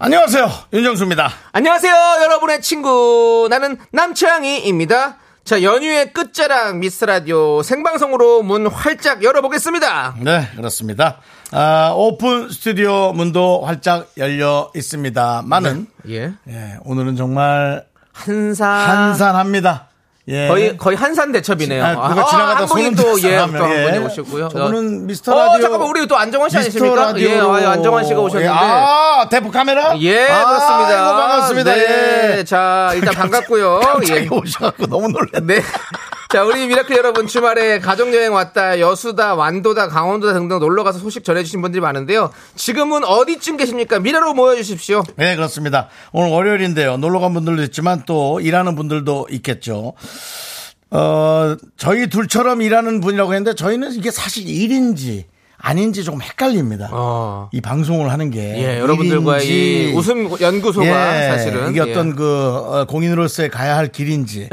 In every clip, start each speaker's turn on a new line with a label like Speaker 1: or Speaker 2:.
Speaker 1: 안녕하세요. 윤정수입니다.
Speaker 2: 안녕하세요, 여러분의 친구. 나는 남창희입니다. 자, 연휴의 끝자락 미스 라디오 생방송으로 문 활짝 열어보겠습니다.
Speaker 1: 네, 그렇습니다. 아, 오픈 스튜디오 문도 활짝 열려 있습니다. 많은
Speaker 2: 예.
Speaker 1: 예, 오늘은 정말
Speaker 2: 한산.
Speaker 1: 한산합니다. 예.
Speaker 2: 아. 거의, 거의 한산 대첩이네요.
Speaker 1: 아, 누가 지나가다
Speaker 2: 한 분이
Speaker 1: 손은
Speaker 2: 또, 예,
Speaker 1: 들썩하면,
Speaker 2: 또한
Speaker 1: 예.
Speaker 2: 분이 오셨고요.
Speaker 1: 저분은 미스터
Speaker 2: 어,
Speaker 1: 라디오-
Speaker 2: 잠깐만, 우리 또 안정환 씨
Speaker 1: 미스터
Speaker 2: 아니십니까?
Speaker 1: 라디오.
Speaker 2: 예, 아, 안정환 씨가 오셨는데.
Speaker 1: 아, 대포 카메라?
Speaker 2: 예, 그렇습니다.
Speaker 1: 아이고, 반갑습니다.
Speaker 2: 네,
Speaker 1: 예.
Speaker 2: 자, 일단 반갑고요.
Speaker 1: 갑자기
Speaker 2: 예.
Speaker 1: 오셔갖고 너무 놀랐네.
Speaker 2: 네. 자, 우리 미라클 여러분 주말에 가족여행 왔다, 여수다, 완도다, 강원도다 등등 놀러가서 소식 전해주신 분들이 많은데요. 지금은 어디쯤 계십니까? 미라로 모여주십시오.
Speaker 1: 네, 그렇습니다. 오늘 월요일인데요. 놀러 간 분들도 있지만 또 일하는 분들도 있겠죠. 어, 저희 둘처럼 일하는 분이라고 했는데 저희는 이게 사실 일인지 아닌지 조금 헷갈립니다.
Speaker 2: 어.
Speaker 1: 이 방송을 하는 게.
Speaker 2: 예, 여러분들과의
Speaker 1: 일인지
Speaker 2: 이 웃음 연구소가 사실은.
Speaker 1: 이게
Speaker 2: 예.
Speaker 1: 어떤 그 어, 공인으로서의 가야 할 길인지.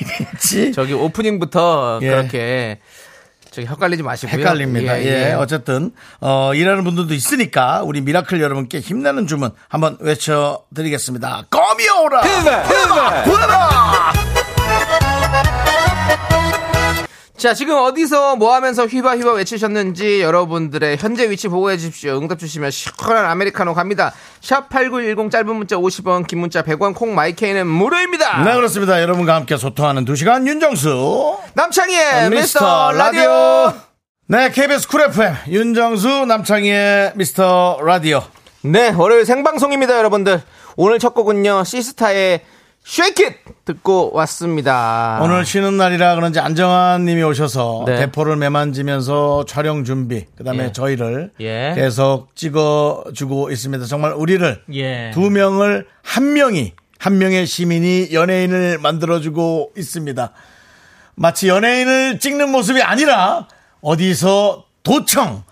Speaker 1: 일인지
Speaker 2: 저기 오프닝부터
Speaker 1: 예.
Speaker 2: 그렇게 저기 헷갈리지 마시고요.
Speaker 1: 헷갈립니다. 예, 어쨌든 어, 일하는 분들도 있으니까 우리 미라클 여러분께 힘나는 주문 한번 외쳐드리겠습니다. 거미오라. 구해라!
Speaker 2: 자, 지금 어디서 뭐 하면서 휘바휘바 외치셨는지 여러분들의 현재 위치 보고해 주십시오. 응답 주시면 시원한 아메리카노 갑니다. 샵8910 짧은 문자 50원, 긴 문자 100원, 콩 마이케이는 무료입니다.
Speaker 1: 네 그렇습니다. 여러분과 함께 소통하는 2시간 윤정수
Speaker 2: 남창희의 네, 미스터 라디오.
Speaker 1: 네 KBS 쿨 FM 윤정수 남창희의 미스터 라디오
Speaker 2: 네, 월요일 생방송입니다, 여러분들. 오늘 첫 곡은요, 시스타의 쉐이킷 듣고 왔습니다.
Speaker 1: 오늘 쉬는 날이라 그런지 안정환 님이 오셔서
Speaker 2: 아. 네.
Speaker 1: 대포를 매만지면서 촬영 준비 그다음에
Speaker 2: 예.
Speaker 1: 저희를
Speaker 2: 예.
Speaker 1: 계속 찍어주고 있습니다. 정말 우리를
Speaker 2: 예.
Speaker 1: 두 명을 한 명이 한 명의 시민이 연예인을 만들어주고 있습니다. 마치 연예인을 찍는 모습이 아니라 어디서 도청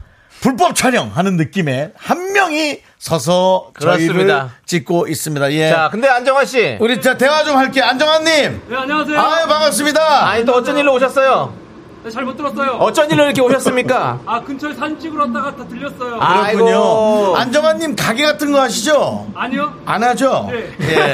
Speaker 1: 불법 촬영하는 느낌의 한 명이 서서 저희를
Speaker 2: 그렇습니다.
Speaker 1: 찍고 있습니다. 예.
Speaker 2: 자, 근데 안정환 씨.
Speaker 1: 우리 자 대화 좀 할게요. 안정환님.
Speaker 3: 네, 안녕하세요.
Speaker 1: 아유 반갑습니다.
Speaker 2: 아니, 또 어쩐 일로 오셨어요?
Speaker 3: 네, 잘못 들었어요.
Speaker 2: 어쩐 일로 이렇게 오셨습니까?
Speaker 3: 아, 근처에 산 찍으러 왔다가 다 들렸어요.
Speaker 2: 아.
Speaker 3: 아.
Speaker 1: 그렇군요.
Speaker 2: 아이고.
Speaker 1: 안정환님 가게 같은 거 하시죠?
Speaker 3: 니요
Speaker 1: 안 하죠?
Speaker 3: 네.
Speaker 1: 예.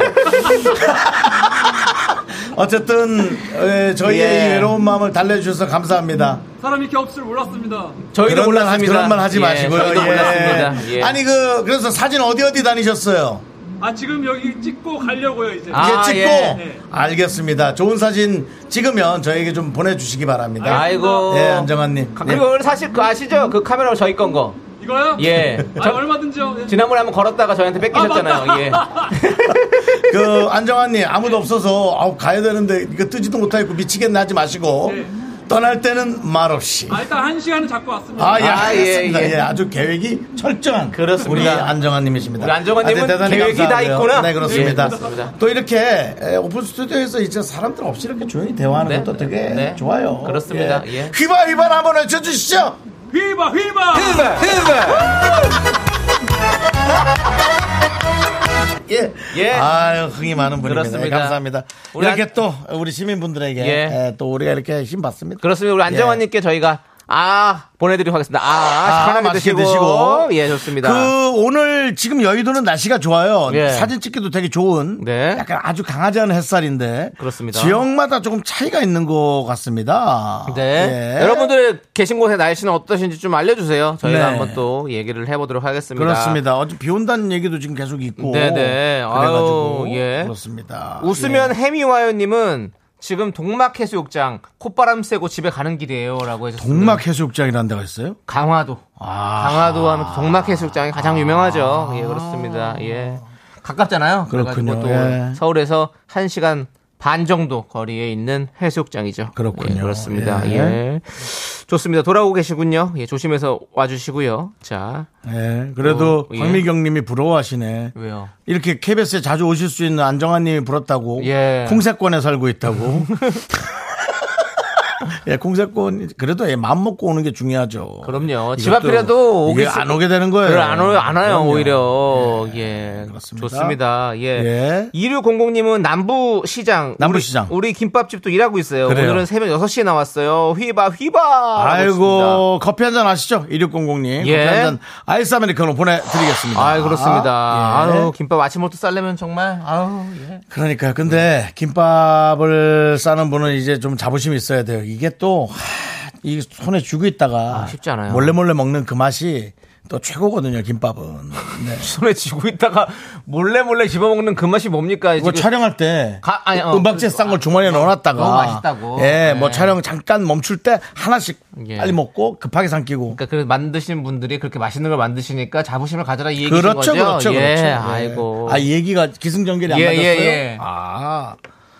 Speaker 1: 어쨌든 예, 저희의
Speaker 2: 예.
Speaker 1: 이 외로운 마음을 달래주셔서 감사합니다.
Speaker 3: 사람이 이렇게 없을 줄 몰랐습니다.
Speaker 2: 저희도
Speaker 1: 그런 말 하-
Speaker 2: 몰랐습니다.
Speaker 1: 그런 말 하지
Speaker 2: 예,
Speaker 1: 마시고요.
Speaker 2: 저희도
Speaker 1: 예.
Speaker 2: 몰랐습니다. 예.
Speaker 1: 아니 그 그래서 사진 어디 어디 다니셨어요?
Speaker 3: 아, 지금 여기 찍고 가려고요, 이제.
Speaker 2: 아,
Speaker 1: 이제 찍고
Speaker 3: 네.
Speaker 2: 예.
Speaker 1: 알겠습니다. 좋은 사진 찍으면 저에게 좀 보내주시기 바랍니다.
Speaker 2: 아이고.
Speaker 1: 예, 안정환님.
Speaker 2: 가-
Speaker 1: 예.
Speaker 2: 그리고 오늘 사실 그 아시죠? 그 카메라 저희 건 거.
Speaker 3: 이거요?
Speaker 2: 예.
Speaker 3: 아,
Speaker 2: 저-
Speaker 3: 얼마든지요. 네.
Speaker 2: 지난번에 한번 걸었다가 저희한테 뺏기셨잖아요. 예.
Speaker 1: 그 안정환님 아무도 없어서 아우 가야 되는데 이거 뜨지도 못하겠고 미치겠나 하지 마시고
Speaker 3: 네.
Speaker 1: 떠날 때는 말 없이.
Speaker 3: 아, 일단 한 시간은 잡고 왔습니다.
Speaker 1: 아, 예,
Speaker 2: 아, 예,
Speaker 1: 알겠습니다. 예,
Speaker 2: 예.
Speaker 1: 아주 계획이 철저한
Speaker 2: 그렇습니다.
Speaker 1: 우리 안정환님이십니다.
Speaker 2: 우리 안정환님은
Speaker 1: 아, 네, 대단히
Speaker 2: 계획이 다
Speaker 1: 감사하고요.
Speaker 2: 있구나.
Speaker 1: 네, 그렇습니다.
Speaker 2: 예, 그렇습니다.
Speaker 1: 또 이렇게 에, 오픈 스튜디오에서 이제 사람들 없이 이렇게 조용히 대화하는
Speaker 2: 네,
Speaker 1: 것도
Speaker 2: 네,
Speaker 1: 되게
Speaker 2: 네.
Speaker 1: 좋아요.
Speaker 2: 그렇습니다. 예.
Speaker 1: 휘발휘발 한번 외쳐주시죠.
Speaker 3: 휘바, 휘바!
Speaker 1: 예.
Speaker 2: 예.
Speaker 1: 아유, 흥이 많은 분입니다.
Speaker 2: 그렇습니다.
Speaker 1: 예, 감사합니다.
Speaker 2: 우리
Speaker 1: 이렇게
Speaker 2: 안-
Speaker 1: 또 우리 시민분들에게
Speaker 2: 예.
Speaker 1: 예, 또 우리가 이렇게 힘받습니다.
Speaker 2: 그렇습니다. 우리 안정환님께 저희가 아 보내드리고 하겠습니다. 아,
Speaker 1: 아,
Speaker 2: 편하게
Speaker 1: 맛있게
Speaker 2: 드시고.
Speaker 1: 드시고.
Speaker 2: 예 좋습니다.
Speaker 1: 그 오늘 지금 여의도는 날씨가 좋아요.
Speaker 2: 예.
Speaker 1: 사진 찍기도 되게 좋은
Speaker 2: 네.
Speaker 1: 약간 아주 강하지 않은 햇살인데
Speaker 2: 그렇습니다.
Speaker 1: 지역마다 조금 차이가 있는 것 같습니다.
Speaker 2: 네.
Speaker 1: 예.
Speaker 2: 여러분들 계신 곳의 날씨는 어떠신지 좀 알려주세요. 저희가
Speaker 1: 네.
Speaker 2: 한번 또 얘기를 해보도록 하겠습니다.
Speaker 1: 그렇습니다. 어제 비 온다는 얘기도 지금 계속 있고
Speaker 2: 네네.
Speaker 1: 그래가지고
Speaker 2: 아유, 예.
Speaker 1: 그렇습니다.
Speaker 2: 웃으면
Speaker 1: 예.
Speaker 2: 해미와요님은 지금 동막 해수욕장 콧바람 쐬고 집에 가는 길이에요라고 해서
Speaker 1: 동막 해수욕장이라는 데가 있어요?
Speaker 2: 강화도
Speaker 1: 아,
Speaker 2: 강화도 하면 동막 해수욕장이 가장 유명하죠. 예 그렇습니다. 예 가깝잖아요.
Speaker 1: 그렇군요.
Speaker 2: 그래가지고 또
Speaker 1: 예.
Speaker 2: 서울에서 1 시간 반 정도 거리에 있는 해수욕장이죠.
Speaker 1: 그렇군요.
Speaker 2: 예, 그렇습니다.
Speaker 1: 예.
Speaker 2: 예. 좋습니다. 돌아오고 계시군요. 예, 조심해서 와주시고요. 자,
Speaker 1: 예, 그래도
Speaker 2: 어, 예.
Speaker 1: 박미경 님이 부러워하시네.
Speaker 2: 왜요?
Speaker 1: 이렇게 KBS에 자주 오실 수 있는 안정환 님이 부럽다고.
Speaker 2: 예.
Speaker 1: 콩세권에 살고 있다고. 예, 콩세권, 그래도 예, 마음 먹고 오는 게 중요하죠.
Speaker 2: 그럼요. 집
Speaker 1: 이것도
Speaker 2: 앞이라도 오기
Speaker 1: 이게
Speaker 2: 있-
Speaker 1: 안 오게 되는 거예요.
Speaker 2: 별로 안, 오, 안 와요,
Speaker 1: 네. 그럼요. 네.
Speaker 2: 오히려. 예.
Speaker 1: 그렇습니다.
Speaker 2: 좋습니다.
Speaker 1: 예.
Speaker 2: 예. 2600님은 남부시장.
Speaker 1: 남부시장.
Speaker 2: 우리, 우리 김밥집도 일하고 있어요.
Speaker 1: 그래요.
Speaker 2: 오늘은 새벽 6시에 나왔어요. 휘바, 휘바! 라고 했습니다.
Speaker 1: 아이고, 커피 한 잔 아시죠? 2600님.
Speaker 2: 예.
Speaker 1: 커피 한 잔 아이스 아메리카노 보내드리겠습니다.
Speaker 2: 아이, 그렇습니다.
Speaker 1: 아, 예.
Speaker 2: 아유, 김밥 아침부터 쌀려면 정말, 아유, 예.
Speaker 1: 그러니까 근데 김밥을 싸는 분은 이제 좀 자부심이 있어야 돼요. 이게 또 이 손에 쥐고 있다가
Speaker 2: 아, 쉽지 않아요.
Speaker 1: 몰래 몰래 먹는 그 맛이 또 최고거든요. 김밥은. 네.
Speaker 2: 손에 쥐고 있다가 몰래 몰래 집어먹는 그 맛이 뭡니까?
Speaker 1: 이거
Speaker 2: 지금
Speaker 1: 촬영할 때
Speaker 2: 가- 아니, 어,
Speaker 1: 음박지에 싼 걸 주머니에 넣어놨다가
Speaker 2: 너무 맛있다고.
Speaker 1: 예, 뭐
Speaker 2: 네.
Speaker 1: 촬영 잠깐 멈출 때 하나씩
Speaker 2: 예.
Speaker 1: 빨리 먹고 급하게 삼키고
Speaker 2: 그러니까 그 만드신 분들이 그렇게 맛있는 걸 만드시니까 자부심을 가져라 이 얘기인
Speaker 1: 그렇죠,
Speaker 2: 거죠.
Speaker 1: 그렇죠,
Speaker 2: 예,
Speaker 1: 그렇죠. 네.
Speaker 2: 아이고.
Speaker 1: 아, 이 얘기가 기승전결이 안
Speaker 2: 예,
Speaker 1: 맞았어요.
Speaker 2: 예, 예.
Speaker 1: 아,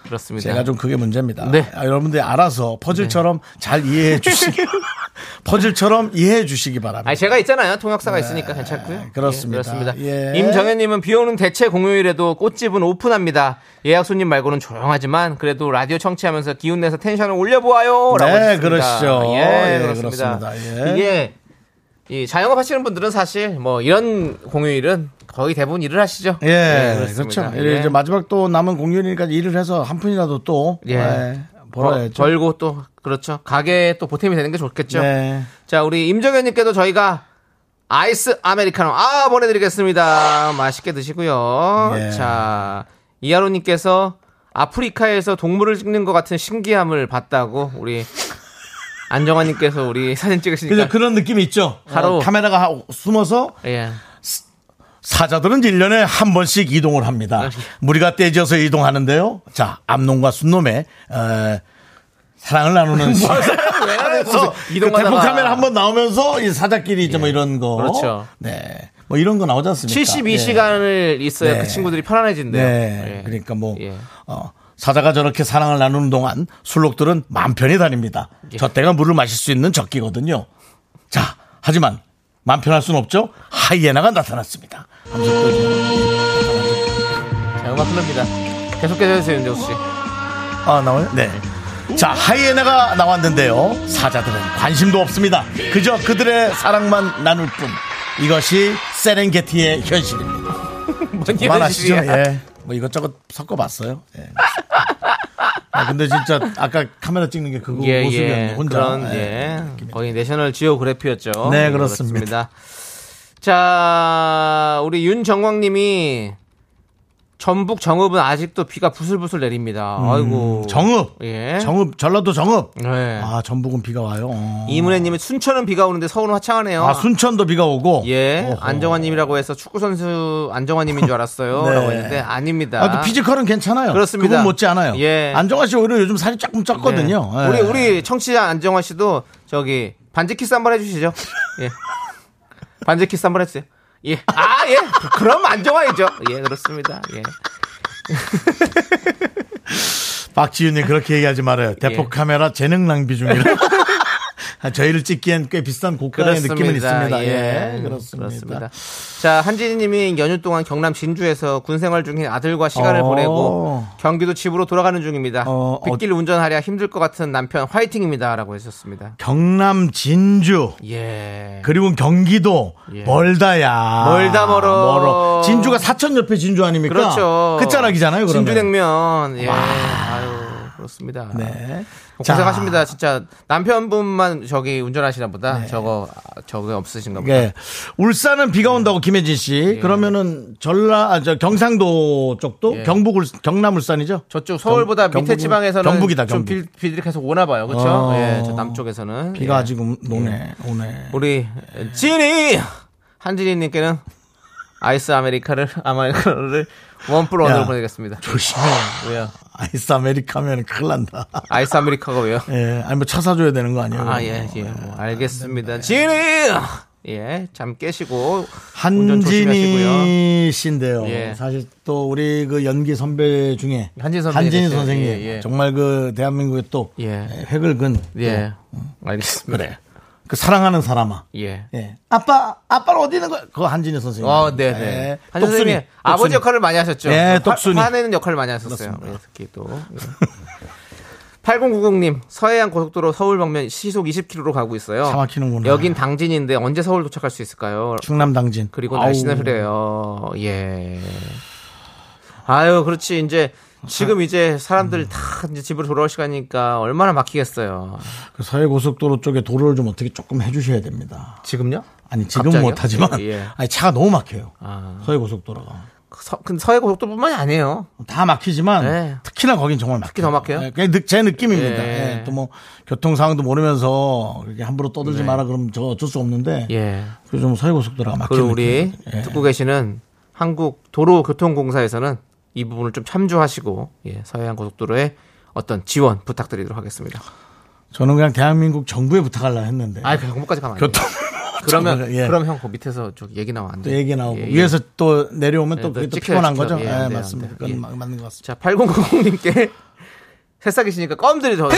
Speaker 2: 그렇습니다.
Speaker 1: 제가 좀 그게 문제입니다.
Speaker 2: 네.
Speaker 1: 아, 여러분들이 알아서 퍼즐처럼 잘 이해해 주시기 퍼즐처럼 이해해 주시기 바랍니다.
Speaker 2: 아니 제가 있잖아요 통역사가 있으니까 괜찮고요.
Speaker 1: 네, 그렇습니다.
Speaker 2: 예, 그렇습니다.
Speaker 1: 예.
Speaker 2: 임정현님은 비오는 대체 공휴일에도 꽃집은 오픈합니다. 예약 손님 말고는 조용하지만 그래도 라디오 청취하면서 기운 내서 텐션을 올려보아요. 라고
Speaker 1: 네,
Speaker 2: 하셨습니다.
Speaker 1: 그러시죠.
Speaker 2: 예,
Speaker 1: 예,
Speaker 2: 그렇습니다.
Speaker 1: 그렇습니다. 예.
Speaker 2: 이게 이 자영업 하시는 분들은 사실 뭐 이런 공휴일은 거의 대부분 일을 하시죠.
Speaker 1: 예,
Speaker 2: 그렇습니다.
Speaker 1: 그렇죠.
Speaker 2: 예.
Speaker 1: 이제 마지막 또 남은 공연이니까 일을 해서 한 푼이라도 또
Speaker 2: 예.
Speaker 1: 예, 벌어야죠.
Speaker 2: 벌- 벌고 또 그렇죠. 가게에 또 보탬이 되는 게 좋겠죠.
Speaker 1: 네.
Speaker 2: 자, 우리 임정현님께도 저희가 아이스 아메리카노 아 보내드리겠습니다. 맛있게 드시고요.
Speaker 1: 예.
Speaker 2: 자, 이하로님께서 아프리카에서 동물을 찍는 것 같은 신기함을 봤다고 우리 안정환님께서 우리 사진 찍으시니까
Speaker 1: 그죠 그 그런 느낌이 있죠.
Speaker 2: 바로-
Speaker 1: 어, 카메라가 하- 숨어서
Speaker 2: 예.
Speaker 1: 사자들은 1년에 한 번씩 이동을
Speaker 2: 아, 예.
Speaker 1: 합니다. 무리가 떼지어서 이동하는데요. 자, 암놈과 순놈의 에, 사랑을 나누는 시간. 그래서
Speaker 2: 이동하다가.
Speaker 1: 대포 카메라 한 번 나오면서 이 사자끼리 이제 뭐 이런 거.
Speaker 2: 그렇죠.
Speaker 1: 네. 뭐 이런 거 나오지 않습니까?
Speaker 2: 72시간을 있어야
Speaker 1: 예. 네.
Speaker 2: 그 친구들이
Speaker 1: 예.
Speaker 2: 편안해진대요.
Speaker 1: 네.
Speaker 2: 예.
Speaker 1: 그러니까 뭐
Speaker 2: 예.
Speaker 1: 어, 사자가 저렇게 사랑을 나누는 동안 술록들은 맘 편히 다닙니다.
Speaker 2: 예.
Speaker 1: 저 때가 물을 마실 수 있는 적기거든요. 자, 하지만 맘 편할 순 없죠. 하이에나가 나타났습니다. 하면서 또 이제
Speaker 2: 자, 음악 흘릅니다. 계속해서 해주세요, 윤정수 씨.
Speaker 1: 아 나와요? 네. 자 하이에나가 나왔는데요. 사자들은 관심도 없습니다. 그저 그들의 사랑만 나눌 뿐. 이것이 세렝게티의 현실입니다.
Speaker 2: 뭔
Speaker 1: 그만하시죠.
Speaker 2: 이런 식이야.
Speaker 1: 예. 뭐 이것저것 섞어봤어요. 예. 아, 근데 진짜 아까 카메라 찍는 게 그거
Speaker 2: 예,
Speaker 1: 모습이었네
Speaker 2: 예.
Speaker 1: 혼자.
Speaker 2: 그런,
Speaker 1: 예.
Speaker 2: 예. 거의 내셔널 지오그래피였죠.
Speaker 1: 네,
Speaker 2: 예,
Speaker 1: 그렇습니다.
Speaker 2: 그렇습니다. 자, 우리 윤정광 님이 전북 정읍은 아직도 비가 부슬부슬 내립니다. 아이고.
Speaker 1: 음, 정읍.
Speaker 2: 예.
Speaker 1: 정읍 전라도 정읍.
Speaker 2: 예.
Speaker 1: 아 전북은 비가 와요. 어.
Speaker 2: 이문혜 님이 순천은 비가 오는데 서울은 화창하네요.
Speaker 1: 아 순천도 비가 오고.
Speaker 2: 예.
Speaker 1: 어허.
Speaker 2: 안정환 님이라고 해서 축구 선수 안정환 님인 줄 알았어요.
Speaker 1: 네.
Speaker 2: 라고 했는데 아닙니다.
Speaker 1: 아, 그 피지컬은 괜찮아요.
Speaker 2: 그렇습니다.
Speaker 1: 그분 못지 않아요.
Speaker 2: 예.
Speaker 1: 안정환 씨 오히려 요즘 살이 조금 쪘거든요.
Speaker 2: 네.
Speaker 1: 예.
Speaker 2: 우리 우리 청취자 안정환 씨도 저기 반지 키스 한번 해주시죠. 예. 반지 키스 한번 해주세요. 예. 아 예. 그- 그럼 안정환이죠. 예 그렇습니다. 예.
Speaker 1: 박지윤님 그렇게 얘기하지 말아요. 대폭
Speaker 2: 예.
Speaker 1: 카메라 재능 낭비 중이라. 아, 저희를 찍기엔 꽤 비싼 고가의
Speaker 2: 그렇습니다.
Speaker 1: 네, 느낌은 있습니다. 예,
Speaker 2: 예,
Speaker 1: 그렇습니다.
Speaker 2: 자 한진희님이 연휴 동안 경남 진주에서 군 생활 중인 아들과 시간을
Speaker 1: 어.
Speaker 2: 보내고 경기도 집으로 돌아가는 중입니다.
Speaker 1: 어,
Speaker 2: 빗길 운전하랴 힘들 것 같은 남편 화이팅입니다라고 했었습니다.
Speaker 1: 경남 진주
Speaker 2: 예.
Speaker 1: 그리고 경기도
Speaker 2: 예.
Speaker 1: 멀다야.
Speaker 2: 멀다 멀어.
Speaker 1: 진주가 사천 옆에 진주 아닙니까?
Speaker 2: 그렇죠.
Speaker 1: 끝자락이잖아요. 그러면.
Speaker 2: 진주냉면. 예. 아유, 그렇습니다.
Speaker 1: 네. 자,
Speaker 2: 고생하십니다. 진짜 남편분만 저기 운전하시나
Speaker 1: 네.
Speaker 2: 보다. 저거 아, 저거 없으신가 보다.
Speaker 1: 예. 울산은 비가 온다고 김혜진 씨. 그러면은 전라 아, 저 경상도 쪽도
Speaker 2: 예.
Speaker 1: 경북 울, 경남 울산이죠?
Speaker 2: 저쪽 서울보다
Speaker 1: 경-
Speaker 2: 밑에
Speaker 1: 경북은-
Speaker 2: 지방에서는
Speaker 1: 경북이다,
Speaker 2: 좀
Speaker 1: 경북.
Speaker 2: 비- 비들이 계속 오나 봐요. 그렇죠?
Speaker 1: 어.
Speaker 2: 예. 저 남쪽에서는
Speaker 1: 비가
Speaker 2: 예.
Speaker 1: 아직 오네. 오네.
Speaker 2: 우리 진이 한진이 님께는 아이스 아메리카를 아메리카노를 원플 원으로
Speaker 1: 야.
Speaker 2: 보내겠습니다.
Speaker 1: 조심해.
Speaker 2: 왜요?
Speaker 1: 아, 아이스 아메리카면 큰일 난다.
Speaker 2: 아이스 아메리카가 왜요?
Speaker 1: 예, 아니 뭐 차 사줘야 되는 거 아니에요?
Speaker 2: 아, 예, 예. 뭐, 알겠습니다. 지니! 예, 잠 깨시고 운전 조심하시고요.
Speaker 1: 한진희 씨인데요.
Speaker 2: 예.
Speaker 1: 사실 또 우리 그 연기 선배 중에
Speaker 2: 한진 선배
Speaker 1: 한진희
Speaker 2: 계세요.
Speaker 1: 선생님
Speaker 2: 예, 예.
Speaker 1: 정말 그 대한민국에 또
Speaker 2: 예.
Speaker 1: 획을 근
Speaker 2: 예, 알겠습니다.
Speaker 1: 그래. 그 사랑하는 사람아.
Speaker 2: 예.
Speaker 1: 예. 아빠 아빠는 어디 있는 거야? 그거 한진희 선생님.
Speaker 2: 어, 네,
Speaker 1: 예.
Speaker 2: 네. 한
Speaker 1: 똑순이.
Speaker 2: 선생님 아버지
Speaker 1: 똑순이.
Speaker 2: 역할을 많이 하셨죠.
Speaker 1: 예, 똑순이.
Speaker 2: 화, 화내는 역할을 많이 하셨어요. 예, 특히 또. 예. 8090님 서해안 고속도로 서울 방면 시속 20km로 가고 있어요.
Speaker 1: 차 막히는구나.
Speaker 2: 여긴 당진인데 언제 서울 도착할 수 있을까요?
Speaker 1: 충남 당진.
Speaker 2: 그리고
Speaker 1: 아우.
Speaker 2: 날씨는 흐려요. 예. 아유, 그렇지. 이제 지금 이제 사람들 다 이제 집으로 돌아올 시간이니까 얼마나 막히겠어요.
Speaker 1: 그 서해 고속도로 쪽에 도로를 좀 어떻게 조금 해주셔야 됩니다.
Speaker 2: 지금요?
Speaker 1: 아니 지금
Speaker 2: 갑자기요?
Speaker 1: 못하지만
Speaker 2: 예, 예.
Speaker 1: 아니 차가 너무 막혀요.
Speaker 2: 아.
Speaker 1: 서해 고속도로가
Speaker 2: 서, 근데 서해 고속도로뿐만이 아니에요.
Speaker 1: 다 막히지만
Speaker 2: 네.
Speaker 1: 특히나 거긴 정말 막히
Speaker 2: 특히 더 막혀요?
Speaker 1: 그냥 느- 제 느낌입니다.
Speaker 2: 예.
Speaker 1: 또 뭐 교통 상황도 모르면서 그렇게 함부로 떠들지
Speaker 2: 네.
Speaker 1: 마라 그러면 저 어쩔 수 없는데
Speaker 2: 예.
Speaker 1: 그래서 좀 서해 고속도로가 막히는
Speaker 2: 그리고 우리
Speaker 1: 느낌입니다. 예.
Speaker 2: 듣고 계시는 한국 도로교통공사에서는 이 부분을 좀 참조하시고 예, 서해안 고속도로에 어떤 지원 부탁드리도록 하겠습니다.
Speaker 1: 저는 그냥 대한민국 정부에 부탁하려 했는데
Speaker 2: 아, 그까지 가면 안 돼요.
Speaker 1: 교통
Speaker 2: 그러면
Speaker 1: 예.
Speaker 2: 그럼 형그 밑에서 저 얘기 나와 안
Speaker 1: 또
Speaker 2: 돼.
Speaker 1: 얘기 나오고
Speaker 2: 예, 예.
Speaker 1: 위에서 또 내려오면 또
Speaker 2: 예,
Speaker 1: 그게 또
Speaker 2: 찍혀요,
Speaker 1: 피곤한
Speaker 2: 찍혀요.
Speaker 1: 거죠.
Speaker 2: 예,
Speaker 1: 예,
Speaker 2: 안 돼요, 안
Speaker 1: 맞습니다.
Speaker 2: 돼요.
Speaker 1: 그건
Speaker 2: 예.
Speaker 1: 마- 맞는 것 같습니다.
Speaker 2: 자, 8090님께 새싹이시니까 껌들이 더.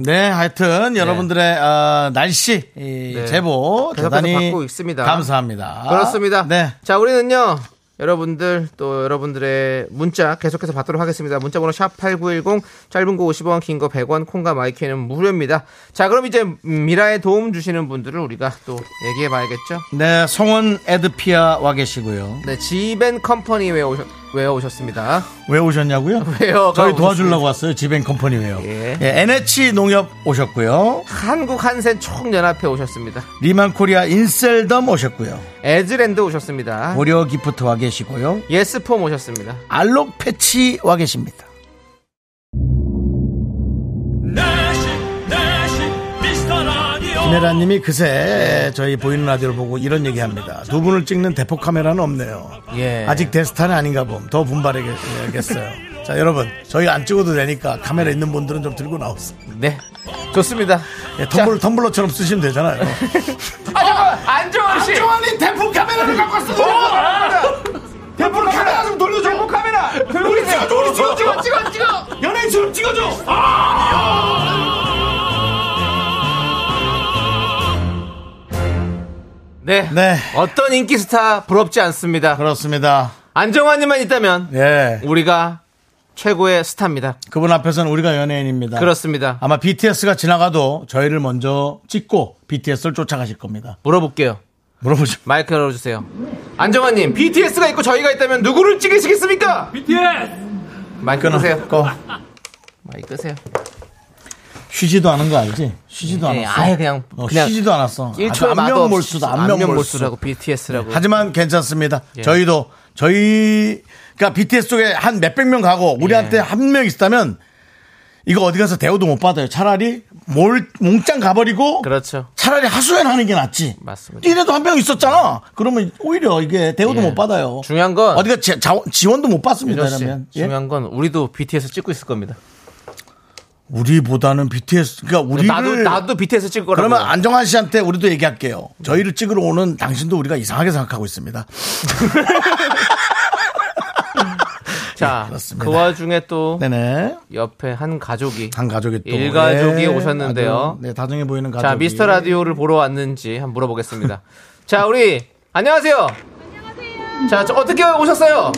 Speaker 1: 네, 하여튼 여러분들의 어, 날씨 이
Speaker 2: 네.
Speaker 1: 제보
Speaker 2: 계속해서
Speaker 1: 대단히
Speaker 2: 받고 있습니다.
Speaker 1: 감사합니다.
Speaker 2: 그렇습니다.
Speaker 1: 네.
Speaker 2: 자, 우리는요. 여러분들 또 여러분들의 문자 계속해서 받도록 하겠습니다. 문자 번호 샵8910 짧은 거 50원, 긴 거 100원, 콩과 마이크는 무료입니다. 자, 그럼 이제 미라에 도움 주시는 분들을 우리가 또 얘기해 봐야겠죠?
Speaker 1: 네, 송원 에드피아 와 계시고요.
Speaker 2: 네, 지벤 컴퍼니 왜, 오셨, 왜 오셨습니다.
Speaker 1: 왜 오셨냐고요?
Speaker 2: 왜요?
Speaker 1: 저희
Speaker 2: 가고
Speaker 1: 도와주려고 왔어요. 지벤 컴퍼니 왜요?
Speaker 2: 예.
Speaker 1: 예, NH 농협 오셨고요.
Speaker 2: 한국 한센 총연합회 오셨습니다.
Speaker 1: 리만 코리아 인셀덤 오셨고요.
Speaker 2: 에즈랜드 오셨습니다.
Speaker 1: 고려 기프트 와 계시고요.
Speaker 2: 예스폼 오셨습니다.
Speaker 1: 알록 패치 와 계십니다.
Speaker 4: 내식 내식 미스터 라디오
Speaker 1: 김혜라 님이 그새 저희 보이는 라디오를 보고 이런 얘기 합니다. 두 분을 찍는 대포 카메라는 없네요.
Speaker 2: 예.
Speaker 1: 아직 데스타는 아닌가 봄. 더 분발해야겠어요. 자, 여러분. 저희 안 찍어도 되니까 카메라 있는 분들은 좀 들고 나오세요.
Speaker 2: 네. 좋습니다.
Speaker 1: 예, 텀블러, 텀블러처럼 쓰시면 되잖아요.
Speaker 2: 아, 잠깐만! 안정환 씨!
Speaker 1: 조한님 대포 카메라를 갖고 왔어. 대포 카메라 좀 돌려줘. 대포 카메라. 우리 찍어줘, 우리 찍어, 찍어, 찍어, 찍어. 연예인처럼 찍어줘.
Speaker 2: 네.
Speaker 1: 네.
Speaker 2: 어떤 인기 스타 부럽지 않습니다.
Speaker 1: 그렇습니다.
Speaker 2: 안정환님만 있다면
Speaker 1: 예,
Speaker 2: 우리가 최고의 스타입니다.
Speaker 1: 그분 앞에서는 우리가 연예인입니다.
Speaker 2: 그렇습니다.
Speaker 1: 아마 BTS가 지나가도 저희를 먼저 찍고 BTS를 쫓아가실 겁니다.
Speaker 2: 물어볼게요.
Speaker 1: 물어보죠.
Speaker 2: 마이크 열어주세요. 안정환님, BTS가 있고 저희가 있다면 누구를 찍으시겠습니까?
Speaker 3: BTS
Speaker 2: 마이크
Speaker 1: 끊어.
Speaker 2: 끄세요.
Speaker 1: 꺼.
Speaker 2: 마이크 끄세요.
Speaker 1: 쉬지도 않은 거 알지? 쉬지도
Speaker 2: 예,
Speaker 1: 않았어.
Speaker 2: 아예 그냥-
Speaker 1: 어,
Speaker 2: 그냥
Speaker 1: 쉬지도 않았어.
Speaker 2: 1초에
Speaker 1: 안면 몰수다. 안면 몰수. 네.
Speaker 2: 몰수라고 BTS라고.
Speaker 1: 하지만 괜찮습니다.
Speaker 2: 예.
Speaker 1: 저희도 저희 그러니까 BTS 쪽에 한 몇백 명 가고 우리한테
Speaker 2: 예.
Speaker 1: 한 명 있다면 이거 어디 가서 대우도 못 받아요. 차라리 몰 몽짱 가버리고
Speaker 2: 그렇죠.
Speaker 1: 차라리 하소연 하는 게 낫지.
Speaker 2: 맞습니다.
Speaker 1: 이래도 한 명 있었잖아. 그러면 오히려 이게 대우도
Speaker 2: 예.
Speaker 1: 못 받아요.
Speaker 2: 중요한 건-
Speaker 1: 어디가 지, 원도못 받습니다.
Speaker 2: 민호 씨,
Speaker 1: 그러면 예?
Speaker 2: 중요한 건 우리도 BTS 찍고 있을 겁니다.
Speaker 1: 우리보다는 BTS 그러니까 우리를
Speaker 2: 나도 나도 BTS 찍을 거라고.
Speaker 1: 그러면 아, 안정환 씨한테 우리도 얘기할게요. 저희를 찍으러 오는 당신도 우리가 이상하게 생각하고 있습니다.
Speaker 2: 자,
Speaker 1: 네, 그렇습니다.
Speaker 2: 그 와중에 또
Speaker 1: 네네.
Speaker 2: 옆에 한 가족이
Speaker 1: 한 가족이 또
Speaker 2: 일가족이
Speaker 1: 예,
Speaker 2: 오셨는데요.
Speaker 1: 아주, 네, 다정해 보이는 가족.
Speaker 2: 자, 미스터 라디오를 보러 왔는지 한번 물어보겠습니다. 자, 우리 안녕하세요. 자, 저 어떻게 오셨어요?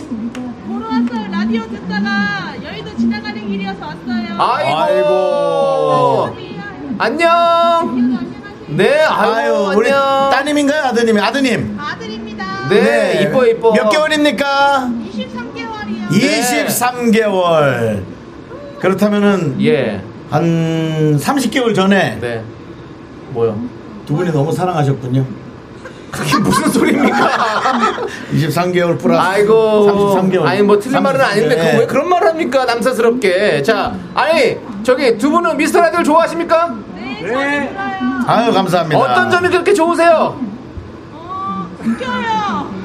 Speaker 5: 보러 왔어요. 라디오 듣다가 여의도 지나가는 길이어서 왔어요.
Speaker 2: 아이고.
Speaker 1: 아이고.
Speaker 2: 안녕. 네,
Speaker 1: 아유,
Speaker 2: 아유,
Speaker 1: 우리
Speaker 2: 안녕.
Speaker 1: 따님인가요? 아드님이? 아드님.
Speaker 5: 아들입니다.
Speaker 2: 네, 이뻐 네. 이뻐.
Speaker 1: 몇 개월입니까?
Speaker 5: 23개월이요.
Speaker 1: 23개월. 그렇다면은
Speaker 2: 예.
Speaker 1: 한 30개월 전에
Speaker 2: 네. 뭐요?
Speaker 1: 두 분이 너무 사랑하셨군요.
Speaker 2: 그게 무슨 소리입니까?
Speaker 1: 23개월 플러스
Speaker 2: 아이고.
Speaker 1: 33개월.
Speaker 2: 아니 뭐 틀린 말은 아닌데 그왜 그런 말을 합니까? 남사스럽게. 자, 아니 저기 두 분은 미스터 라디오를 좋아하십니까?
Speaker 5: 네, 잘 들어요.
Speaker 1: 아유 감사합니다.
Speaker 2: 어떤 점이 그렇게 좋으세요?
Speaker 5: 어, 웃겨요.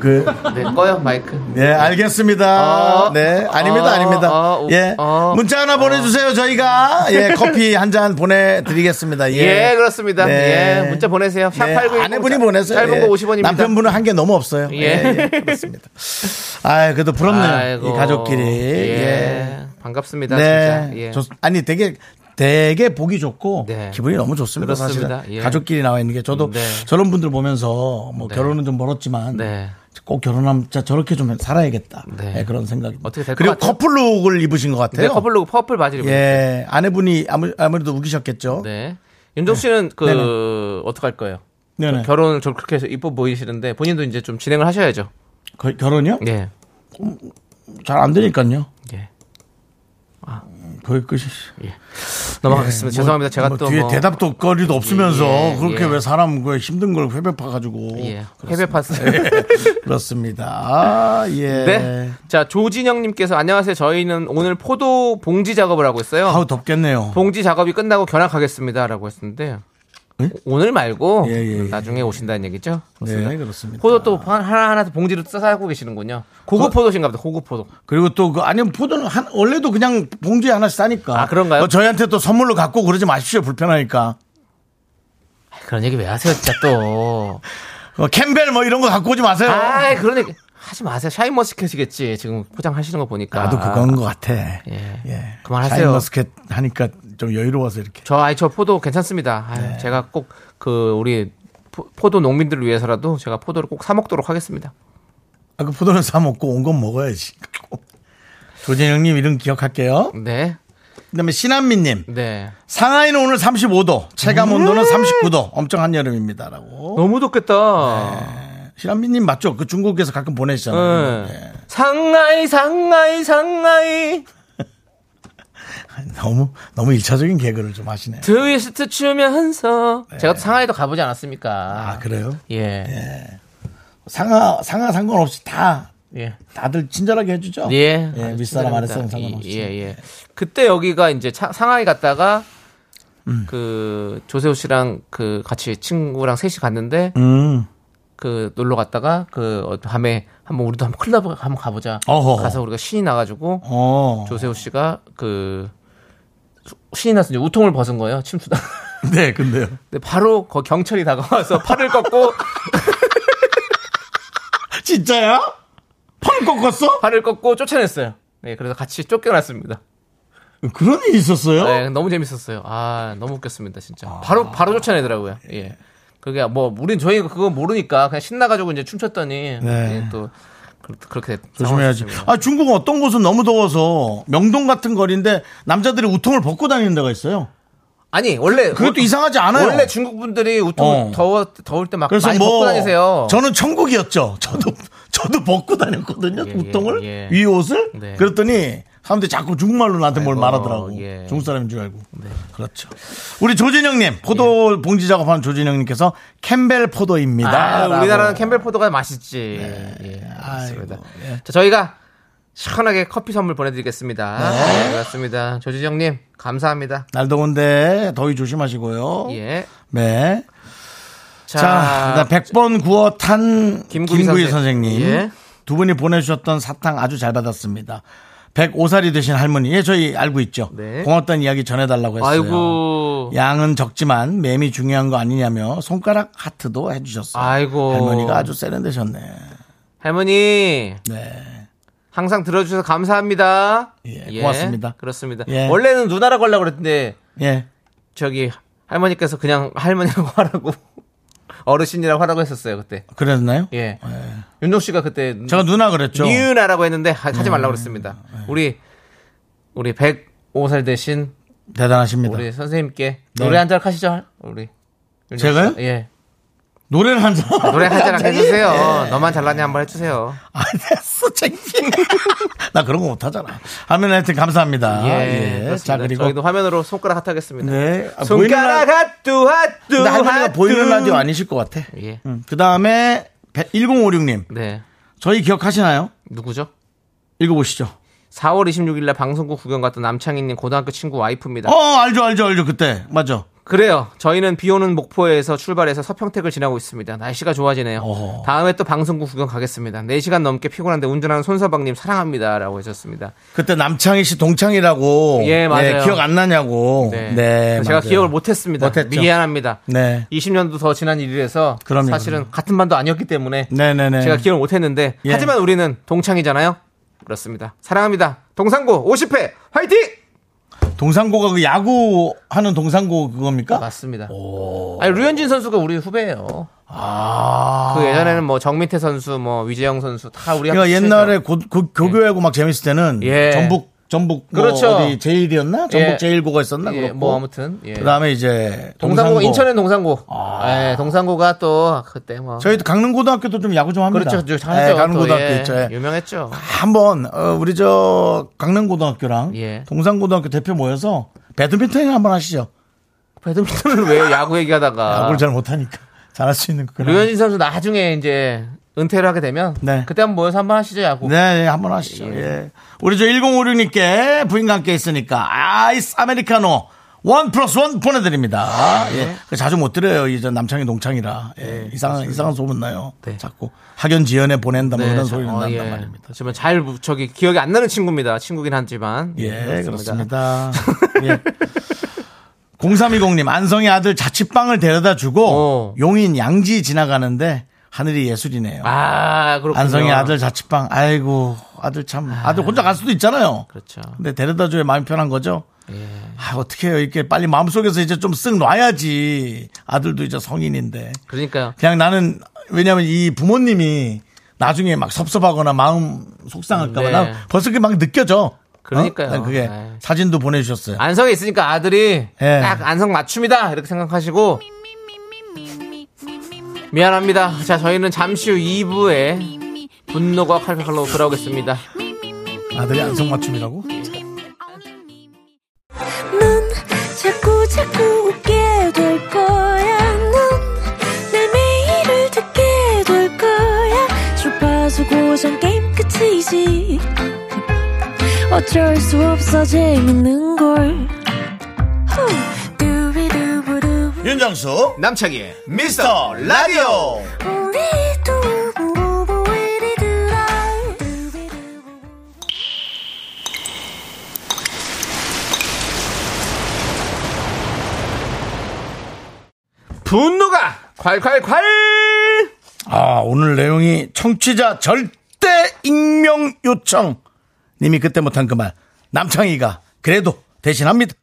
Speaker 1: 그,
Speaker 2: 네, 꺼요, 마이크.
Speaker 1: 네, 알겠습니다.
Speaker 2: 어,
Speaker 1: 네, 아닙니다,
Speaker 2: 어,
Speaker 1: 아닙니다.
Speaker 2: 어, 어,
Speaker 1: 예.
Speaker 2: 어,
Speaker 1: 문자 하나 보내주세요, 저희가. 예, 커피 한 잔 보내드리겠습니다. 예.
Speaker 2: 예, 그렇습니다.
Speaker 1: 네.
Speaker 2: 예, 문자 보내세요. 샵
Speaker 1: 네,
Speaker 2: 8910.
Speaker 1: 아내분이 보내세요.
Speaker 2: 짧은
Speaker 1: 예.
Speaker 2: 거 50원입니다.
Speaker 1: 남편분은 한 개 너무 없어요. 예.
Speaker 2: 예.
Speaker 1: 예, 그렇습니다. 아, 그래도 부럽네요. 이 가족끼리. 예.
Speaker 2: 예. 반갑습니다.
Speaker 1: 네.
Speaker 2: 진짜. 예.
Speaker 1: 좋- 아니 되게 되게 보기 좋고
Speaker 2: 네.
Speaker 1: 기분이 너무 좋습니다.
Speaker 2: 그렇습니다.
Speaker 1: 사실은
Speaker 2: 예.
Speaker 1: 가족끼리 나와 있는 게 저도
Speaker 2: 네.
Speaker 1: 저런 분들 보면서 뭐
Speaker 2: 네.
Speaker 1: 결혼은 좀 멀었지만
Speaker 2: 네.
Speaker 1: 꼭 결혼하면 진짜 저렇게 좀 살아야겠다.
Speaker 2: 네.
Speaker 1: 예, 그런 생각입니다.
Speaker 2: 어떻게 될것
Speaker 1: 그리고
Speaker 2: 같아요?
Speaker 1: 커플룩을 입으신 것
Speaker 2: 네,
Speaker 1: 같아요.
Speaker 2: 커플로 퍼플 바지를 입고
Speaker 1: 예, 아내분이 아무, 아무래도 우기셨겠죠.
Speaker 2: 네. 윤정 씨는 그 어떻게 할 거예요?
Speaker 1: 네네.
Speaker 2: 결혼을 좀 그렇게 해서 이뻐 보이시는데 본인도 이제 좀 진행을 하셔야죠.
Speaker 1: 거- 결혼이요?
Speaker 2: 예.
Speaker 1: 잘 안 되니까요.
Speaker 2: 예.
Speaker 1: 거의 끝이.
Speaker 2: 넘어가겠습니다. 죄송합니다.
Speaker 1: 뭐-
Speaker 2: 제가
Speaker 1: 뭐
Speaker 2: 또
Speaker 1: 뒤에
Speaker 2: 뭐,
Speaker 1: 대답도 거리도 없으면서
Speaker 2: 예,
Speaker 1: 그렇게
Speaker 2: 예.
Speaker 1: 왜 사람 그 힘든 걸 회백파 가지고
Speaker 2: 예. 패배 파스.
Speaker 1: 그렇습니다. 아, 예.
Speaker 2: 네. 자, 조진영 님께서 안녕하세요. 저희는 오늘 포도 봉지 작업을 하고 있어요.
Speaker 1: 아우 덥겠네요.
Speaker 2: 봉지 작업이 끝나고 견학하겠습니다라고 했는데
Speaker 1: 예?
Speaker 2: 오늘 말고
Speaker 1: 예, 예, 예.
Speaker 2: 나중에 오신다는 얘기죠.
Speaker 1: 네, 그렇습니다.
Speaker 2: 포도 또 하나 하나 봉지로 싸고 계시는군요. 고급 포도신가 보다. 고급 포도.
Speaker 1: 그리고 또 그 아니면 포도는 한 원래도 그냥 봉지에 하나씩 싸니까.
Speaker 2: 아, 그런가요?
Speaker 1: 어, 저희한테 또 선물로 갖고 그러지 마십시오. 불편하니까.
Speaker 2: 그런 얘기 왜 하세요, 진짜 또.
Speaker 1: 어, 캠벨 뭐 이런 거 갖고 오지 마세요.
Speaker 2: 아, 그런 얘기 하지 마세요. 샤인머스켓이겠지. 지금 포장하시는 거 보니까.
Speaker 1: 나도 그건 것 같아.
Speaker 2: 아. 예.
Speaker 1: 예.
Speaker 2: 그만하세요.
Speaker 1: 샤인머스켓 하니까 좀 여유로워서 이렇게.
Speaker 2: 저 아이 저 포도 괜찮습니다. 아유,
Speaker 1: 네.
Speaker 2: 제가 꼭 그 우리 포- 포도 농민들을 위해서라도 제가 포도를 꼭 사 먹도록 하겠습니다.
Speaker 1: 아, 그 포도는 사 먹고 온 건 먹어야지. 조진영님 이름 기억할게요.
Speaker 2: 네.
Speaker 1: 그다음에 신한민님
Speaker 2: 네.
Speaker 1: 상하이는 오늘 35도, 체감 온도는
Speaker 2: 음.
Speaker 1: 39도, 엄청 한 여름입니다라고.
Speaker 2: 너무
Speaker 1: 네.
Speaker 2: 덥겠다.
Speaker 1: 신한민님 맞죠? 그 중국에서 가끔 보내시잖아요.
Speaker 2: 네.
Speaker 1: 네.
Speaker 2: 상하이 상하이 상하이
Speaker 1: 너무 너무 일차적인 개그를 좀 하시네. 요
Speaker 2: 트위스트 추면서 제가 또 상하이도 가보지 않았습니까?
Speaker 1: 네. 아 그래요? 네.
Speaker 2: 예. 예.
Speaker 1: 상하 상하 상관없이 다
Speaker 2: 예.
Speaker 1: 다들 친절하게 해주죠.
Speaker 2: 예.
Speaker 1: 예, 윗사람
Speaker 2: 아주 친절합니다.
Speaker 1: 아랫사람 상관없이.
Speaker 2: 예, 예. 그때 여기가 이제 차- 상하이 갔다가
Speaker 1: 음.
Speaker 2: 그 조세호 씨랑 그 같이 친구랑 셋이 갔는데
Speaker 1: 음.
Speaker 2: 그 놀러 갔다가 그 어- 밤에 한번 우리도 한번 클럽 한번 가보자.
Speaker 1: 어허.
Speaker 2: 가서 우리가 신이 나가지고
Speaker 1: 어.
Speaker 2: 조세호 씨가 그 수- 신이 나서 이제 우통을 벗은 거예요 침수다.
Speaker 1: 네, 근데요.
Speaker 2: 근데 바로 거 경찰이 다가와서 팔을 꺾고
Speaker 1: 진짜야? 팔 꺾었어?
Speaker 2: 팔을 꺾고 쫓아냈어요. 네, 그래서 같이 쫓겨났습니다.
Speaker 1: 그런 일이 있었어요?
Speaker 2: 네, 너무 재밌었어요. 아, 너무 웃겼습니다, 진짜. 바로 바로 쫓아내더라고요. 예. 그게 뭐 우린 저희 그거 모르니까 그냥 신나가지고 이제 춤췄더니
Speaker 1: 네.
Speaker 2: 예, 또 그- 그렇게 됐-
Speaker 1: 조심해야지.
Speaker 2: 상황이었습니다.
Speaker 1: 아, 중국은 어떤 곳은 너무 더워서 명동 같은 거리인데 남자들이 우통을 벗고 다니는 데가 있어요.
Speaker 2: 아니 원래
Speaker 1: 그것도
Speaker 2: 어-
Speaker 1: 이상하지 않아요.
Speaker 2: 원래 중국 분들이 우통
Speaker 1: 어.
Speaker 2: 더워 더울 때 막
Speaker 1: 그래서
Speaker 2: 많이
Speaker 1: 뭐
Speaker 2: 벗고 다니세요.
Speaker 1: 저는 천국이었죠. 저도 저도 벗고 다녔거든요.
Speaker 2: 예,
Speaker 1: 우통을
Speaker 2: 예, 예.
Speaker 1: 위 옷을.
Speaker 2: 네.
Speaker 1: 그랬더니 사람들이 자꾸 중국말로 나한테 뭘
Speaker 2: 아이고,
Speaker 1: 말하더라고.
Speaker 2: 예. 네.
Speaker 1: 중국 사람인 줄 알고. 그렇죠. 우리 조진영님 포도
Speaker 2: 예.
Speaker 1: 봉지 작업하는 조진영님께서 캠벨 포도입니다.
Speaker 2: 아,
Speaker 1: 라고. 네.
Speaker 2: 우리나라는 캠벨 포도가 맛있지. 예, 그렇습니다.
Speaker 1: 예.
Speaker 2: 자, 저희가 시원하게 커피 선물 보내드리겠습니다. 네, 그렇습니다. 조지정님 감사합니다.
Speaker 1: 날 더운데 더위 조심하시고요.
Speaker 2: 예.
Speaker 1: 네. 어? 자, 그 자 100번 구워 탄
Speaker 2: 김구리
Speaker 1: 김구리,
Speaker 2: 선생-
Speaker 1: 선생님.
Speaker 2: 예.
Speaker 1: 두 분이 보내주셨던 사탕 아주 잘 받았습니다. 105살이 되신 할머니. 예, 저희 알고 있죠.
Speaker 2: 네.
Speaker 1: 고맙다는 이야기 전해달라고 했어요. 예.
Speaker 2: 아이고.
Speaker 1: 양은 적지만 맴이 중요한 거 아니냐며 손가락 하트도 해주셨어요.
Speaker 2: 아이고.
Speaker 1: 할머니가 아주 세련되셨네.
Speaker 2: 할머니.
Speaker 1: 네.
Speaker 2: 항상 들어주셔서 감사합니다.
Speaker 1: 예, 고맙습니다.
Speaker 2: 그렇습니다.
Speaker 1: 예.
Speaker 2: 원래는 누나라고 하려고 그랬는데,
Speaker 1: 예.
Speaker 2: 저기, 할머니께서 그냥 할머니라고 하라고, 어르신이라고 하라고 했었어요, 그때.
Speaker 1: 그랬나요?
Speaker 2: 예. 윤종 씨가 그때
Speaker 1: 제가 누나 그랬죠.
Speaker 2: 니은아라고 했는데 하,
Speaker 1: 음,
Speaker 2: 지 말라고 그랬습니다. 우리 우리 105살 되신
Speaker 1: 대단하십니다.
Speaker 2: 우리 선생님께 노래 한 잔 하시죠. 우리 윤정
Speaker 1: 네. 제가요?
Speaker 2: 씨가. 예.
Speaker 1: 노래를 한 번.
Speaker 2: 노래 한 잔 해주세요.
Speaker 1: 예.
Speaker 2: 너만 잘나니 한번 해주세요.
Speaker 1: 아, 됐어, 창피해. 나 그런 거 못하잖아. 하면 하여튼 감사합니다.
Speaker 2: 예.
Speaker 1: 예.
Speaker 2: 그렇습니다.
Speaker 1: 자, 그리고.
Speaker 2: 저희도 화면으로 손가락 핫하겠습니다.
Speaker 1: 네. 아,
Speaker 2: 손가락 핫뚜 핫뚜
Speaker 1: 근데 할머니가
Speaker 2: 핫뚜.
Speaker 1: 보이는 라디오 아니실 것 같아.
Speaker 2: 예.
Speaker 1: 그 다음에 1056님.
Speaker 2: 네.
Speaker 1: 저희 기억하시나요?
Speaker 2: 누구죠?
Speaker 1: 읽어보시죠.
Speaker 2: 4월 26일 날 방송국 구경 갔던 남창희님 고등학교 친구 와이프입니다.
Speaker 1: 어, 알죠, 알죠, 알죠. 그때. 맞아.
Speaker 2: 그래요. 저희는 비 오는 목포에서 출발해서 서평택을 지나고 있습니다. 날씨가 좋아지네요.
Speaker 1: 어허.
Speaker 2: 다음에 또 방송국 구경 가겠습니다. 4시간 넘게 피곤한데 운전하는 손서방님 사랑합니다. 라고 해주셨습니다.
Speaker 1: 그때 남창희 씨 동창이라고. 네,
Speaker 2: 예, 맞아요.
Speaker 1: 기억 안 나냐고.
Speaker 2: 네.
Speaker 1: 네.
Speaker 2: 제가
Speaker 1: 맞아요.
Speaker 2: 기억을 못했습니다.
Speaker 1: 못했죠.
Speaker 2: 미안합니다.
Speaker 1: 네.
Speaker 2: 20년도 더 지난 일이라서
Speaker 1: 그럼요,
Speaker 2: 사실은 같은 반도 아니었기 때문에
Speaker 1: 네네네.
Speaker 2: 제가 기억을 못했는데
Speaker 1: 예.
Speaker 2: 하지만 우리는 동창이잖아요. 그렇습니다. 사랑합니다. 동상고 50회 화이팅!
Speaker 1: 동상고가 그 야구 하는 동상고 그겁니까?
Speaker 2: 맞습니다. 아니 류현진 선수가 우리 후배예요.
Speaker 1: 아.
Speaker 2: 그 예전에는 뭐 정민태 선수, 뭐 위재영 선수 다 우리
Speaker 1: 그러니까
Speaker 2: 학교
Speaker 1: 옛날에
Speaker 2: 친구죠.
Speaker 1: 고, 고- 교교하고 막 재밌을 때는
Speaker 2: 예.
Speaker 1: 전북 전북 뭐
Speaker 2: 그렇죠.
Speaker 1: 어디 제일이었나? 전북
Speaker 2: 예.
Speaker 1: 제일고가 있었나?
Speaker 2: 예,
Speaker 1: 그렇고.
Speaker 2: 뭐 아무튼 예.
Speaker 1: 그다음에 이제
Speaker 2: 동상고
Speaker 1: 동상고 아.
Speaker 2: 인천은 동상고. 예, 동상고가 또 그때 뭐
Speaker 1: 저희도 강릉고등학교도 좀 야구 좀 합니다.
Speaker 2: 그렇죠, 그렇죠.
Speaker 1: 예,
Speaker 2: 잘하죠.
Speaker 1: 강릉고등학교
Speaker 2: 또, 예.
Speaker 1: 있죠. 예.
Speaker 2: 유명했죠.
Speaker 1: 한번 어, 우리 저 강릉고등학교랑
Speaker 2: 예.
Speaker 1: 동산고등학교 대표 모여서 배드민턴 한번 하시죠.
Speaker 2: 배드민턴을 왜 야구 얘기하다가
Speaker 1: 야구를 잘 못하니까 잘할 수 있는 그런.
Speaker 2: 류현진 선수 나중에 이제 은퇴를 하게 되면
Speaker 1: 네.
Speaker 2: 그때 한번 모여서 한번 하시죠 야구.
Speaker 1: 네, 네, 한번 하시죠. 예. 우리 저 1056님께 부인과 함께 있으니까 아이스 아메리카노 원 플러스 원 보내드립니다.
Speaker 2: 네.
Speaker 1: 예. 그 자주 못 드려요. 이제 남창이 농창이라. 예. 이상한, 이상한 소문나요.
Speaker 2: 네.
Speaker 1: 자꾸 학연 지연에 보낸다 뭐
Speaker 2: 네,
Speaker 1: 이런
Speaker 2: 저-
Speaker 1: 소리
Speaker 2: 어,
Speaker 1: 난단
Speaker 2: 예.
Speaker 1: 말입니다.
Speaker 2: 하지만 잘 무- 저기 기억이 안 나는 친구입니다. 친구긴 하지만
Speaker 1: 예, 그렇습니다. 예. 0320님, 안성의 아들 자취방을 데려다 주고
Speaker 2: 어.
Speaker 1: 용인 양지 지나가는데 하늘이 예술이네요.
Speaker 2: 아 그렇군요.
Speaker 1: 안성의 아들 자취방, 아이고, 아들 참, 아들 혼자 갈 수도 있잖아요.
Speaker 2: 그렇죠. 예.
Speaker 1: 근데 데려다 줘야 마음이 편한 거죠? 아, 어떡해요. 이렇게 빨리 마음속에서 이제 좀 쓱 놔야지. 아들도 이제 성인인데.
Speaker 2: 그러니까요.
Speaker 1: 그냥 나는, 왜냐면 이 부모님이 나중에 막 섭섭하거나 마음 속상할까봐
Speaker 2: 네.
Speaker 1: 나 벌써 그게 막 느껴져.
Speaker 2: 그러니까요.
Speaker 1: 어? 난 그게
Speaker 2: 네.
Speaker 1: 사진도 보내주셨어요.
Speaker 2: 안성에 있으니까 아들이
Speaker 1: 예.
Speaker 2: 딱 안성 맞춤이다 이렇게 생각하시고 미안합니다. 자 저희는 잠시 후 2부에 분노가 칼칼칼로 돌아오겠습니다.
Speaker 1: 아들이 안성맞춤이라고?
Speaker 6: 넌 자꾸 자꾸 웃게 될 거야. 넌내 매일을 듣게 될 거야. 주파수 고정 게임 끝이지. 어쩔 수 없어 재밌는 걸. 후. 두비두부두.
Speaker 1: 윤정수,
Speaker 2: 남창희의
Speaker 1: 미스터 라디오!
Speaker 6: 우리 두부부부 우리 두라. 두비두부부.
Speaker 2: 분노가 콸콸콸
Speaker 1: 아, 오늘 내용이 청취자 절대 익명 요청. 님이 그때 못한 그 말. 남창희가 그래도 대신합니다.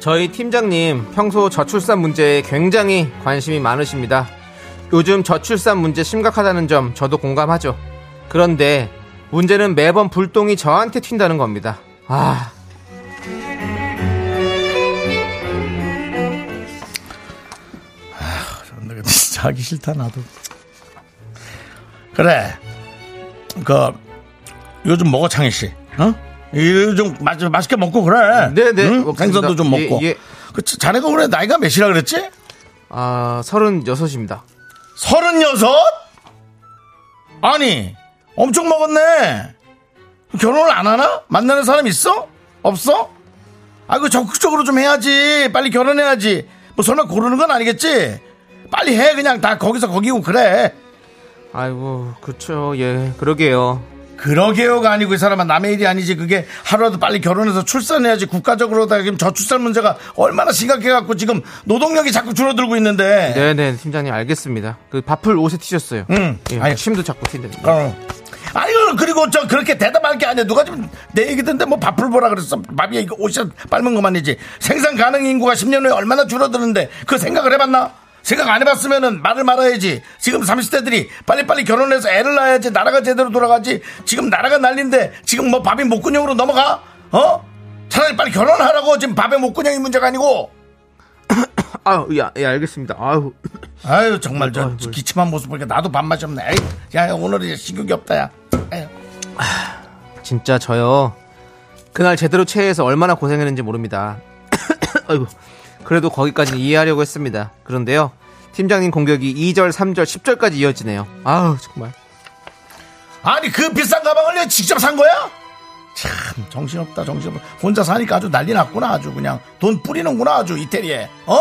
Speaker 2: 저희 팀장님 평소 저출산 문제에 굉장히 관심이 많으십니다. 요즘 저출산 문제 심각하다는 점 저도 공감하죠. 그런데 문제는 매번 불똥이 저한테 튄다는 겁니다. 아,
Speaker 1: 내가 진짜 하기 싫다 나도 그래 그 요즘 먹어 창희 씨 어? 요즘 마, 맛있게 먹고 그래
Speaker 2: 네네,
Speaker 1: 응?
Speaker 2: 먹습니다.
Speaker 1: 생선도 좀
Speaker 2: 예,
Speaker 1: 먹고
Speaker 2: 예.
Speaker 1: 그 자- 자네가 올해 나이가 몇이라 그랬지?
Speaker 2: 아, 36입니다.
Speaker 1: 서른여섯? 아니 엄청 먹었네 결혼을 안 하나? 만나는 사람 있어? 없어? 아 그 적극적으로 좀 해야지 빨리 결혼해야지 뭐 설마 고르는 건 아니겠지? 빨리 해 그냥 다 거기서 거기고 그래
Speaker 2: 아이고, 그쵸, 예, 그러게요.
Speaker 1: 그러게요가 아니고 이 사람은 남의 일이 아니지 그게 하루라도 빨리 결혼해서 출산해야지 국가적으로 다 지금 저출산 문제가 얼마나 심각해갖고 지금 노동력이 자꾸 줄어들고 있는데
Speaker 2: 네네, 팀장님 알겠습니다. 그 밥풀 옷에 튀셨어요.
Speaker 1: 응,
Speaker 2: 예,
Speaker 1: 알겠-
Speaker 2: 침도 자꾸 튄다.
Speaker 1: 어. 아니 그리고 저 그렇게 대답할 게 아니야 누가 지금 내 얘기 듣는데 뭐 밥풀 보라 그랬어 밥이 이거 옷이 빨면 그만이지 생산 가능 인구가 10년 후에 얼마나 줄어드는데 그 생각을 해봤나? 생각 안 해봤으면은 말을 말아야지 지금 30대들이 빨리빨리 결혼해서 애를 낳아야지 나라가 제대로 돌아가지 지금 나라가 난린데 지금 뭐 밥이 목근형으로 넘어가? 어? 차라리 빨리 결혼하라고 지금 밥의 목근형이 문제가 아니고
Speaker 2: 아, 예, 예, 알겠습니다. 아유,
Speaker 1: 아유 정말 저 기침한 모습 보니까 나도 밥맛이 없네 에이, 야 오늘 이제 식욕이 없다 야 에휴.
Speaker 2: 진짜 저요 그날 제대로 체해서 얼마나 고생했는지 모릅니다. 아이고 그래도 거기까지 이해하려고 했습니다. 그런데요 팀장님 공격이 2절, 3절, 10절까지 이어지네요. 아우 정말
Speaker 1: 아니 그 비싼 가방을 내가 직접 산 거야? 참 정신없다 정신없다 혼자 사니까 아주 난리 났구나 아주 그냥 돈 뿌리는구나 아주 이태리에 어?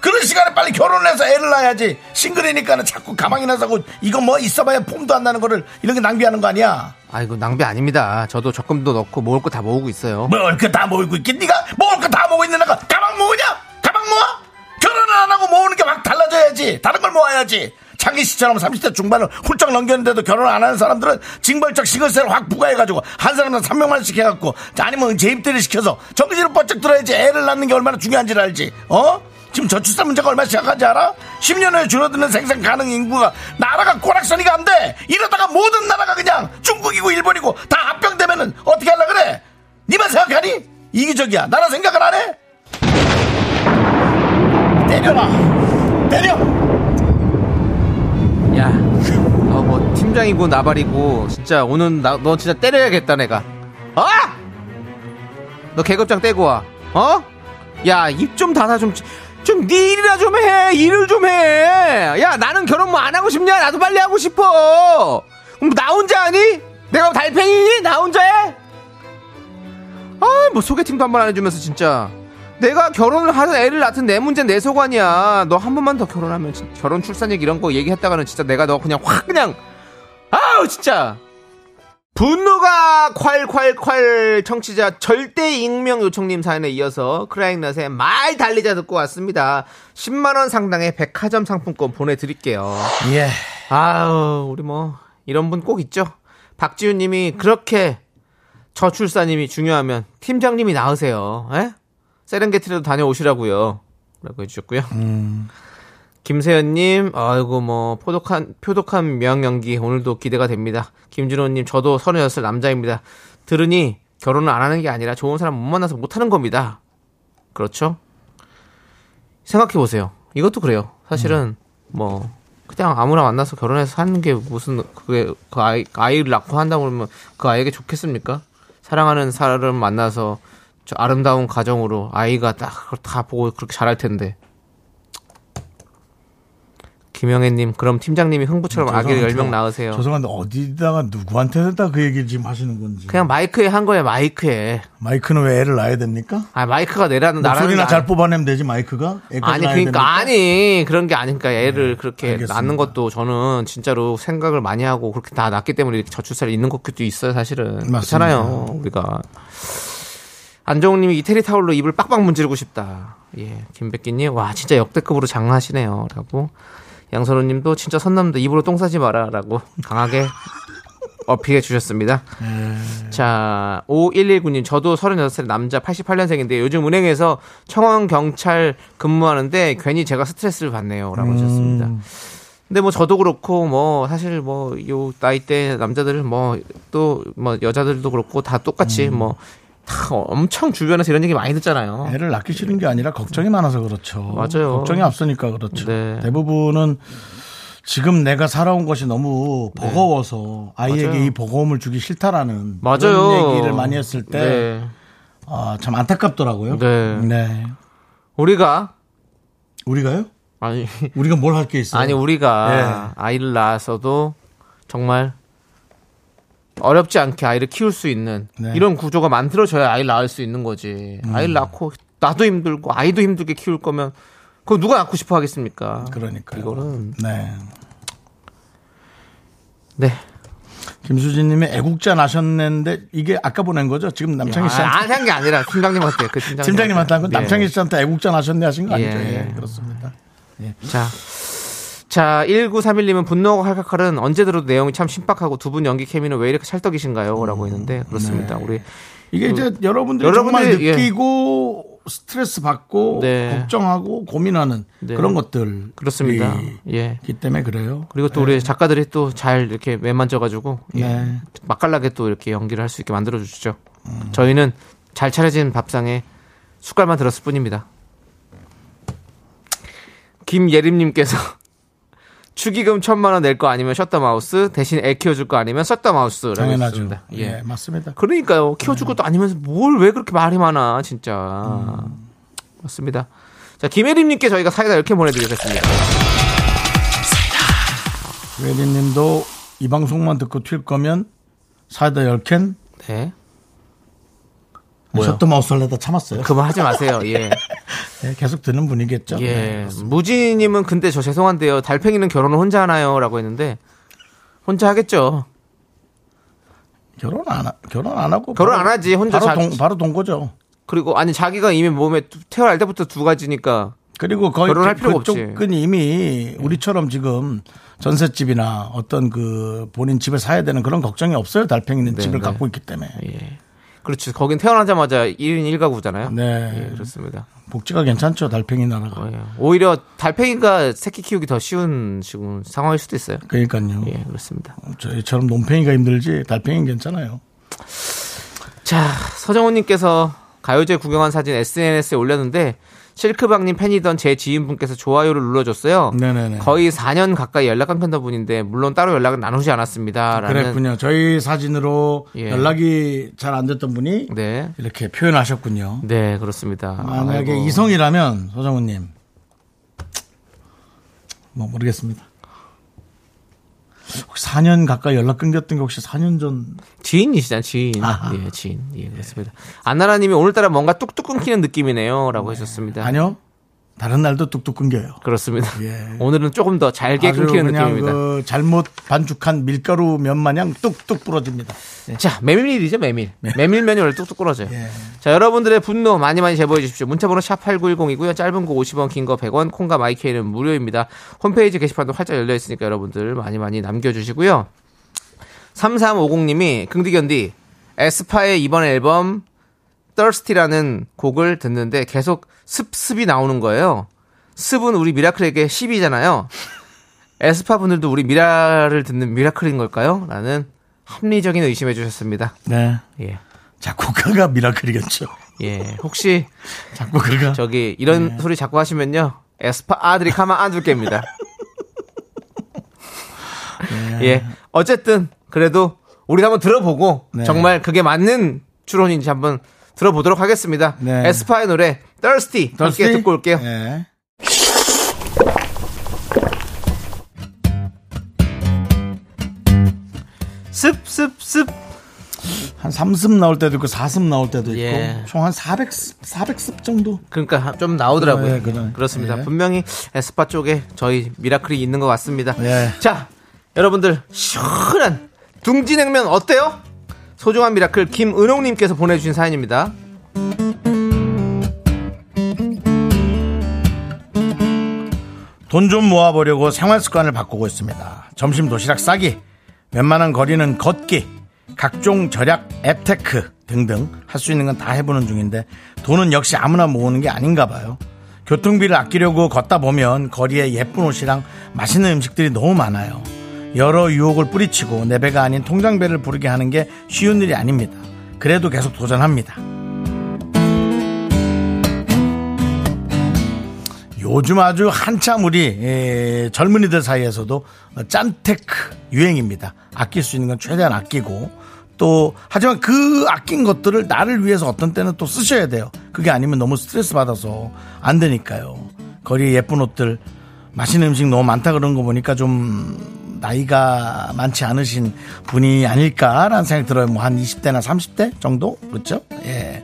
Speaker 1: 그런 시간에 빨리 결혼해서 애를 낳아야지 싱글이니까는 자꾸 가망이나 사고 이거 뭐 있어봐야 폼도 안 나는 거를 이런 게 낭비하는 거 아니야
Speaker 2: 아이고 낭비 아닙니다. 저도 적금도 넣고 모을 거 다 모으고 있어요.
Speaker 1: 뭘 그 다 모으고 있긴 네가 모을 거 다 모으고 있는 애가 가방 모으냐? 가방 모아? 결혼을 안 하고 모으는 게 막 달라져야지 다른 걸 모아야지 창기 씨처럼 30대 중반을 훌쩍 넘겼는데도 결혼 안 하는 사람들은 징벌적 싱글세를 확 부과해가지고 한 사람당 3명만씩 해갖고 아니면 재입대를 시켜서 정신을 번쩍 들어야지 애를 낳는 게 얼마나 중요한지를 알지 어? 지금 저출산 문제가 얼마나 심각한지 알아? 10년 후에 줄어드는 생산 가능 인구가 나라가 꼬락서니가 안 돼 이러다가 모든 나라가 그냥 중국이고 일본이고 다 합병되면은 어떻게 하려 그래? 니만 생각하니? 이기적이야. 나라 생각을 안 해? 때려라. 때려.
Speaker 2: 야, 너 뭐 팀장이고 나발이고 진짜 오늘 나, 너 진짜 때려야겠다 내가. 어? 너 계급장 떼고 와. 어? 야, 입 좀 닫아 좀. 좀 네 일이나 좀 해. 일을 좀 해. 야, 나는 결혼 뭐 안 하고 싶냐? 나도 빨리 하고 싶어. 그럼 나 혼자 하니? 내가 뭐 달팽이니? 나 혼자 해? 아, 뭐 소개팅도 한 번 안 해주면서 진짜. 내가 결혼을 하든 애를 낳든 내 문제 내 소관이야. 너 한 번만 더 결혼하면 진- 결혼 출산액 이런 거 얘기했다가는 진짜 내가 너 그냥 확 그냥 아우 진짜 분노가 콸콸콸 청취자 절대 익명 요청님 사연에 이어서 크라잉넛의 말 달리자 듣고 왔습니다. 10만 원 상당의 백화점 상품권 보내드릴게요.
Speaker 1: 예.
Speaker 2: 아우 우리 뭐 이런 분 꼭 있죠. 박지훈님이 그렇게 저출산님이 중요하면 팀장님이 나으세요. 에? 세렝게티라도 다녀오시라고요. 라고 해주셨고요. 김세연님, 아이고 뭐 포독한 표독한 명 연기 오늘도 기대가 됩니다. 김준호님, 저도 서른여섯 남자입니다. 들으니 결혼을 안 하는 게 아니라 좋은 사람 못 만나서 못 하는 겁니다. 그렇죠? 생각해 보세요. 이것도 그래요.
Speaker 1: 음.
Speaker 2: 사실은 뭐 그냥 아무나 만나서 결혼해서 사는 게 무슨 그게 그 아이 아이를 낳고 한다 그러면 그 아이에게 좋겠습니까? 사랑하는 사람 만나서 저 아름다운 가정으로 아이가 딱 그걸 다 보고 그렇게 잘할 텐데. 김영애님, 그럼 팀장님이 흥부처럼 아기를 열 명 낳으세요.
Speaker 1: 음, 죄송한데 어디다가 누구한테 다그 얘기를 지금 하시는 건지.
Speaker 2: 그냥 마이크에 한 거예요, 마이크에.
Speaker 1: 마이크는 왜 애를 낳아야 됩니까?
Speaker 2: 아, 마이크가 내라는 나라는
Speaker 1: 목소리나
Speaker 2: 게
Speaker 1: 잘
Speaker 2: 아니-
Speaker 1: 뽑아내면 되지 마이크가. 애까지
Speaker 2: 아니
Speaker 1: 낳아야
Speaker 2: 그러니까
Speaker 1: 됩니까?
Speaker 2: 아니 그런 게 아니니까 애를 그렇게
Speaker 1: 알겠습니다.
Speaker 2: 낳는 것도 저는 진짜로 생각을 많이 하고 그렇게 다 낳기 때문에 이렇게 저출산이 있는 것도 있어요 사실은
Speaker 1: 맞습니다.
Speaker 2: 그렇잖아요 우리가 안정욱님이 이태리 타올로 입을 빡빡 문지르고 싶다 예 김백기님 와 진짜 역대급으로 장하시네요라고 양선우님도 진짜 선남도 입으로 똥 싸지 마라라고 강하게 어필해 주셨습니다. 자, 5119님, 저도 36살 남자 88년생인데 요즘 은행에서 청원경찰 근무하는데 괜히 제가 스트레스를 받네요. 라고 하셨습니다.
Speaker 1: 음.
Speaker 2: 근데 뭐 저도 그렇고 뭐 사실 뭐 요 나이 때 남자들은 뭐 또 뭐 여자들도 그렇고 다 똑같이
Speaker 1: 음.
Speaker 2: 뭐 다 엄청 주변에서 이런 얘기 많이 듣잖아요.
Speaker 1: 애를 낳기 싫은 게 아니라 걱정이 많아서 그렇죠.
Speaker 2: 맞아요.
Speaker 1: 걱정이 앞서니까 그렇죠.
Speaker 2: 네.
Speaker 1: 대부분은 지금 내가 살아온 것이 너무 버거워서 아이에게
Speaker 2: 네. 맞아요.
Speaker 1: 이 버거움을 주기 싫다라는
Speaker 2: 맞아요.
Speaker 1: 그런 얘기를 많이 했을 때
Speaker 2: 네.
Speaker 1: 아, 참 안타깝더라고요.
Speaker 2: 네. 우리가
Speaker 1: 우리가요?
Speaker 2: 아니
Speaker 1: 우리가 뭘 할 게 있어요?
Speaker 2: 아니
Speaker 1: 예.
Speaker 2: 우리가 아이를 낳아서도 정말 어렵지 않게 아이를 키울 수 있는
Speaker 1: 네. 음.
Speaker 2: 이런 구조가 만들어져야 아이를 낳을 수 있는 거지. 아이를 낳고 나도 힘들고 아이도 힘들게 키울 거면 그거 누가 낳고 싶어 하겠습니까?
Speaker 1: 그러니까
Speaker 2: 이거는
Speaker 1: 네.
Speaker 2: 네.
Speaker 1: 김수진님의 애국자 나셨는데 이게 아까 보낸 거죠? 지금 남창희 씨한테
Speaker 2: 아, 한게 아니라 팀장님한테 그 팀장님.
Speaker 1: 팀장님한테 한건 남창희 씨한테 애국자 나셨네 하신 거 아니죠?
Speaker 2: 예.
Speaker 1: 예, 그렇습니다.
Speaker 2: 자. 자, 1931님은 분노하고 칼칼칼은 언제 들어도 내용이 참 신박하고 두 분 연기 케미는 왜 이렇게 찰떡이신가요?
Speaker 1: 음.
Speaker 2: 라고 했는데 그렇습니다.
Speaker 1: 네.
Speaker 2: 우리
Speaker 1: 이게 이제 여러분들이, 정말
Speaker 2: 여러분들이, 예.
Speaker 1: 느끼고 스트레스 받고
Speaker 2: 네.
Speaker 1: 걱정하고 고민하는
Speaker 2: 네.
Speaker 1: 그런 것들
Speaker 2: 그렇습니다. 예.
Speaker 1: 기 때문에 그래요.
Speaker 2: 그리고 또 우리 작가들이 또 잘 이렇게 매만져가지고 예.
Speaker 1: 네.
Speaker 2: 맛깔나게 또 이렇게 연기를 할 수 있게 만들어 주시죠. 저희는 잘 차려진 밥상에 숟갈만 들었을 뿐입니다. 김예림님께서 축의금 천만 원 낼 거 아니면 셧다 마우스 대신 애 키워줄 거 아니면 셧다 마우스라고
Speaker 1: 당연하죠.
Speaker 2: 했습니다.
Speaker 1: 예. 네.
Speaker 2: 예.
Speaker 1: 맞습니다.
Speaker 2: 그러니까요. 키워줄 것도 아니면서 뭘 왜 그렇게 말이 많아, 진짜.
Speaker 1: 음.
Speaker 2: 맞습니다. 자, 김예림님께 저희가 사이다 10개 보내드리겠습니다.
Speaker 1: 외리님도 이 방송만 듣고 튈 거면 사이다 10캔
Speaker 2: 네. 뭐요?
Speaker 1: 셔터 마우스 할래다 참았어요.
Speaker 2: 그만 하지 마세요. 예.
Speaker 1: 네, 계속 듣는 분이겠죠. 네.
Speaker 2: 예. 무진님은 근데 저 죄송한데요. 달팽이는 결혼을 혼자 하나요? 라고 했는데, 혼자 하겠죠.
Speaker 1: 결혼 안 하- 결혼 안 하고
Speaker 2: 결혼 안 하지, 혼자
Speaker 1: 바로
Speaker 2: 자-
Speaker 1: 동 바로 동거죠.
Speaker 2: 그리고, 아니, 자기가 이미 몸에 태어날 때부터 두 가지니까,
Speaker 1: 그리고 거의
Speaker 2: 결혼할
Speaker 1: 그-
Speaker 2: 필요가
Speaker 1: 그쪽은
Speaker 2: 없지. 예.
Speaker 1: 이미 우리처럼 지금 전셋집이나 어떤 그 본인 집을 사야 되는 그런 걱정이 없어요. 달팽이는
Speaker 2: 네,
Speaker 1: 집을
Speaker 2: 네.
Speaker 1: 갖고 있기 때문에.
Speaker 2: 예. 그렇죠. 거긴 태어나자마자 1인 1가구잖아요.
Speaker 1: 네.
Speaker 2: 예, 그렇습니다.
Speaker 1: 복지가 괜찮죠. 달팽이 나라가.
Speaker 2: 어, 예. 오히려 달팽이가 새끼 키우기 더 쉬운 지금 상황일 수도 있어요.
Speaker 1: 그러니까요.
Speaker 2: 예, 그렇습니다.
Speaker 1: 저희처럼 논팽이가 힘들지 달팽이는 괜찮아요.
Speaker 2: 자, 서정훈님께서 가요제 구경한 사진 SNS에 올렸는데 실크박님 팬이던 제 지인분께서 좋아요를 눌러줬어요.
Speaker 1: 네네네.
Speaker 2: 거의 4년 가까이 연락 안 편다 분인데 물론 따로 연락은 나누지 않았습니다. 라는
Speaker 1: 그랬군요. 저희 사진으로
Speaker 2: 예.
Speaker 1: 연락이 잘 안 됐던 분이
Speaker 2: 네,
Speaker 1: 이렇게 표현하셨군요.
Speaker 2: 네 그렇습니다.
Speaker 1: 만약에
Speaker 2: 아이고.
Speaker 1: 이성이라면 서정훈님 뭐 모르겠습니다. 혹시 4년 가까이 연락 끊겼던 게 혹시 4년 전
Speaker 2: 지인이시잖아요, 지인.
Speaker 1: 아하.
Speaker 2: 예, 지인. 예, 그렇습니다. 안나라님이 오늘따라 뭔가 뚝뚝 끊기는 느낌이네요. 라고 해주셨습니다.
Speaker 1: 아니요 다른 날도 뚝뚝 끊겨요.
Speaker 2: 그렇습니다.
Speaker 1: 예.
Speaker 2: 오늘은 조금 더 잘게
Speaker 1: 아주
Speaker 2: 끊기는
Speaker 1: 그냥
Speaker 2: 느낌입니다.
Speaker 1: 그 잘못 반죽한 밀가루 면 마냥 뚝뚝 부러집니다.
Speaker 2: 자, 메밀이죠, 메밀. 메밀면이 원래 뚝뚝 끊어져요.
Speaker 1: 예.
Speaker 2: 자, 여러분들의 분노 많이 많이 제보해 주십시오. 문자번호 샵8910이고요. 짧은 거 50원, 긴 거 100원, 콩과 마이케이는 무료입니다. 홈페이지 게시판도 활짝 열려 있으니까 여러분들 많이 많이 남겨주시고요. 3350님이, 긍디견디, 에스파의 이번 앨범, Thirsty라는 곡을 듣는데 계속 습습이 나오는 거예요. 습은 우리 미라클에게 10이잖아요. 에스파 분들도 우리 미라를 듣는 미라클인 걸까요? 라는 합리적인 의심해 주셨습니다.
Speaker 1: 네.
Speaker 2: 예.
Speaker 1: 작곡가가 미라클이겠죠.
Speaker 2: 예. 혹시
Speaker 1: 작곡가가 네.
Speaker 2: 저기 이런 소리 자꾸 하시면요. 에스파 아들이 가만 안 둘 겁니다.
Speaker 1: 네.
Speaker 2: 예. 어쨌든 그래도 우리 한번 들어보고
Speaker 1: 네.
Speaker 2: 정말 그게 맞는 추론인지 한번 들어보도록 하겠습니다.
Speaker 1: 네.
Speaker 2: 에스파의 노래 Thirsty, 함께
Speaker 1: Thirsty?
Speaker 2: 듣고 올게요.
Speaker 1: 예.
Speaker 2: 습습습.
Speaker 1: 한 3습 나올 때도 있고 4습 나올 때도 있고
Speaker 2: 예.
Speaker 1: 총 한 400습 400습 정도.
Speaker 2: 그러니까 좀 나오더라고요.
Speaker 1: 예, 그래.
Speaker 2: 그렇습니다
Speaker 1: 예.
Speaker 2: 분명히 에스파 쪽에 저희 미라클이 있는 것 같습니다.
Speaker 1: 예.
Speaker 2: 자, 여러분들 시원한 둥지냉면 어때요? 소중한 미라클 김은홍님께서 보내주신 사연입니다.
Speaker 1: 돈 좀 모아보려고 생활 습관을 바꾸고 있습니다. 점심 도시락 싸기, 웬만한 거리는 걷기, 각종 절약 앱테크 등등 할 수 있는 건 다 해보는 중인데 돈은 역시 아무나 모으는 게 아닌가 봐요. 교통비를 아끼려고 걷다 보면 거리에 예쁜 옷이랑 맛있는 음식들이 너무 많아요. 여러 유혹을 뿌리치고 내 배가 아닌 통장배를 부르게 하는 게 쉬운 일이 아닙니다. 그래도 계속 도전합니다. 요즘 아주 한참 우리 에, 젊은이들 사이에서도 어, 짠테크 유행입니다. 아낄 수 있는 건 최대한 아끼고 또 하지만 그 아낀 것들을 나를 위해서 어떤 때는 또 쓰셔야 돼요. 그게 아니면 너무 스트레스 받아서 안 되니까요. 거리에 예쁜 옷들 맛있는 음식 너무 많다 그런 거 보니까 좀 나이가 많지 않으신 분이 아닐까라는 생각이 들어요. 뭐 한 20대나 30대 정도 그렇죠? 예.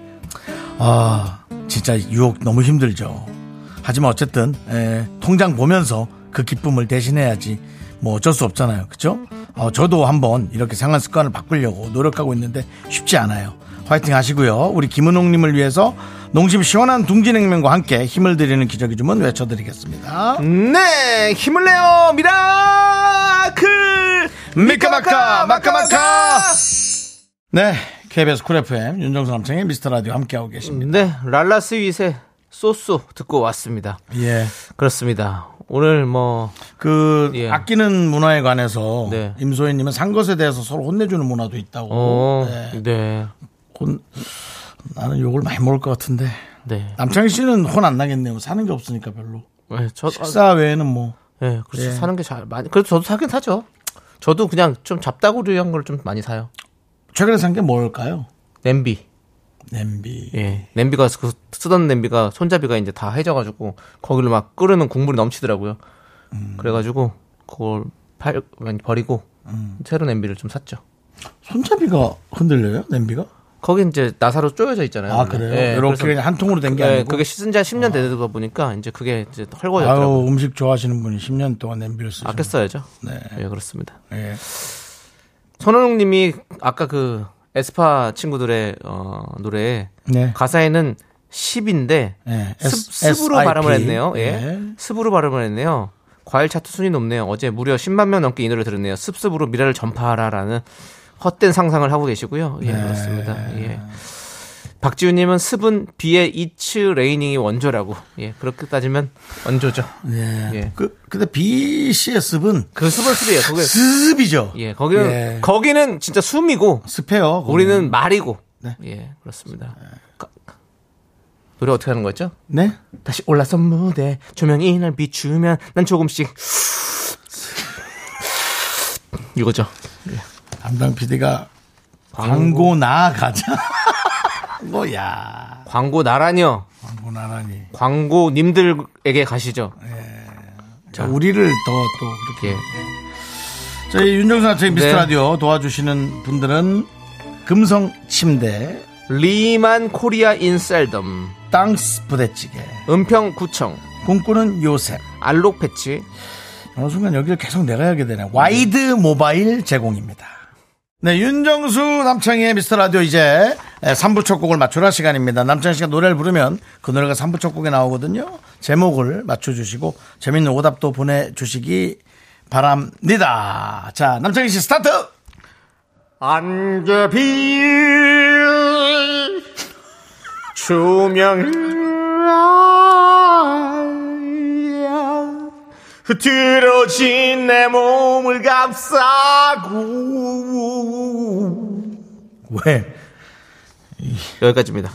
Speaker 1: 아, 진짜 유혹 너무 힘들죠. 하지만 어쨌든 에, 통장 보면서 그 기쁨을 대신해야지 뭐 어쩔 수 없잖아요. 그렇죠? 저도 한번 이렇게 생활 습관을 바꾸려고 노력하고 있는데 쉽지 않아요. 화이팅 하시고요. 우리 김은홍 님을 위해서 농심 시원한 둥지냉면과 함께 힘을 드리는 기적의 주문 외쳐드리겠습니다.
Speaker 2: 네, 힘을 내요 미라클
Speaker 1: 미카마카 마카마카 네 KBS 쿨 FM 윤정수 남창의 미스터라디오 함께하고 계십니다.
Speaker 2: 네, 랄라 스윗의 소소 듣고 왔습니다.
Speaker 1: 예.
Speaker 2: 그렇습니다. 오늘 뭐
Speaker 1: 그
Speaker 2: 예.
Speaker 1: 아끼는 문화에 관해서
Speaker 2: 네.
Speaker 1: 임소희님은 산 것에 대해서 서로 혼내주는 문화도 있다고.
Speaker 2: 어,
Speaker 1: 네.
Speaker 2: 네.
Speaker 1: 혼- 나는 욕을 많이 먹을 것 같은데
Speaker 2: 네.
Speaker 1: 남창희 씨는 혼 안 나겠네요. 사는 게 없으니까 별로.
Speaker 2: 네, 저, 아,
Speaker 1: 식사 외에는 뭐
Speaker 2: 예, 그렇죠. 사는 게 잘 많이. 그래도 저도 사긴 사죠. 저도 그냥 좀 잡다구리한 걸 좀 많이 사요.
Speaker 1: 최근에 산 게 뭘까요?
Speaker 2: 냄비.
Speaker 1: 냄비.
Speaker 2: 예. 냄비가 그 쓰던 냄비가 손잡이가 이제 다 해져가지고 거기를 막 끓으면 국물이 넘치더라고요.
Speaker 1: 음.
Speaker 2: 그래가지고 그걸 팔
Speaker 1: 음.
Speaker 2: 많이 버리고 새로 냄비를 좀 샀죠.
Speaker 1: 손잡이가 흔들려요? 냄비가?
Speaker 2: 거긴 이제 나사로 쪼여져 있잖아요.
Speaker 1: 아, 그래요? 이렇게
Speaker 2: 음. 예, 그래서
Speaker 1: 그냥 한 통으로 된 게
Speaker 2: 예,
Speaker 1: 아니고.
Speaker 2: 그게 씻은 지 한 10년 되다 보니까 이제 그게 이제 헐거워졌더라고요.
Speaker 1: 아유, 음식 좋아하시는 분이 10년 동안 냄비를 쓰죠.
Speaker 2: 아껴 써야죠.
Speaker 1: 네.
Speaker 2: 예, 그렇습니다.
Speaker 1: 예.
Speaker 2: 손원웅 님이 아까 그 에스파 친구들의 어, 노래에
Speaker 1: 네.
Speaker 2: 가사에는 10인데
Speaker 1: 예, S-
Speaker 2: 습, 으로
Speaker 1: SIP.
Speaker 2: 발음을 했네요. 예.
Speaker 1: 예.
Speaker 2: 습으로 발음을 했네요. 과일 차트 순위 높네요. 어제 무려 10만 명 넘게 이 노래 들었네요. 습습으로 미래를 전파하라라는 헛된 상상을 하고 계시고요.
Speaker 1: 네.
Speaker 2: 예, 그렇습니다. 예. 박지훈님은 습은 비의 이츠 레이닝이 원조라고. 예, 그렇게 따지면 원조죠.
Speaker 1: 예.
Speaker 2: 예.
Speaker 1: 그, 근데 BC의 습은
Speaker 2: 그 습은 습이에요. 그게
Speaker 1: 습이죠.
Speaker 2: 예, 거기는
Speaker 1: 예.
Speaker 2: 거기는 진짜 숨이고
Speaker 1: 습해요. 거기는.
Speaker 2: 우리는 말이고.
Speaker 1: 네.
Speaker 2: 예, 그렇습니다. 가- 가- 노래 어떻게 하는 거였죠?
Speaker 1: 네?
Speaker 2: 다시 올라선 무대 조명이 날 비추면 난 조금씩 이거죠.
Speaker 1: 담당 PD가 광고 나가자. 뭐야.
Speaker 2: 광고 나라뇨.
Speaker 1: 광고 나라니.
Speaker 2: 광고님들에게 가시죠.
Speaker 1: 자, 우리를 더 또 그렇게.
Speaker 2: 예.
Speaker 1: 저희 윤정수 아저의 미스터
Speaker 2: 네.
Speaker 1: 라디오 도와주시는 분들은 금성 침대,
Speaker 2: 리만 코리아 인셀덤,
Speaker 1: 땅스 부대찌개,
Speaker 2: 은평구청,
Speaker 1: 꿈꾸는 요셉.
Speaker 2: 알록 패치,
Speaker 1: 어느 순간 여기를 계속 내가 하게 되네. 와이드 모바일 제공입니다. 네, 윤정수 남창희의 미스터 라디오 이제 3부 첫 곡을 맞추라 시간입니다. 남창희 씨가 노래를 부르면 그 노래가 3부 첫 곡에 나오거든요. 제목을 맞춰주시고 재밌는 오답도 보내주시기 바랍니다. 자, 남창희 씨 스타트!
Speaker 2: 안개비 조명이야 흐트러진 내 몸을 감싸고
Speaker 1: 왜?
Speaker 2: 여기까지입니다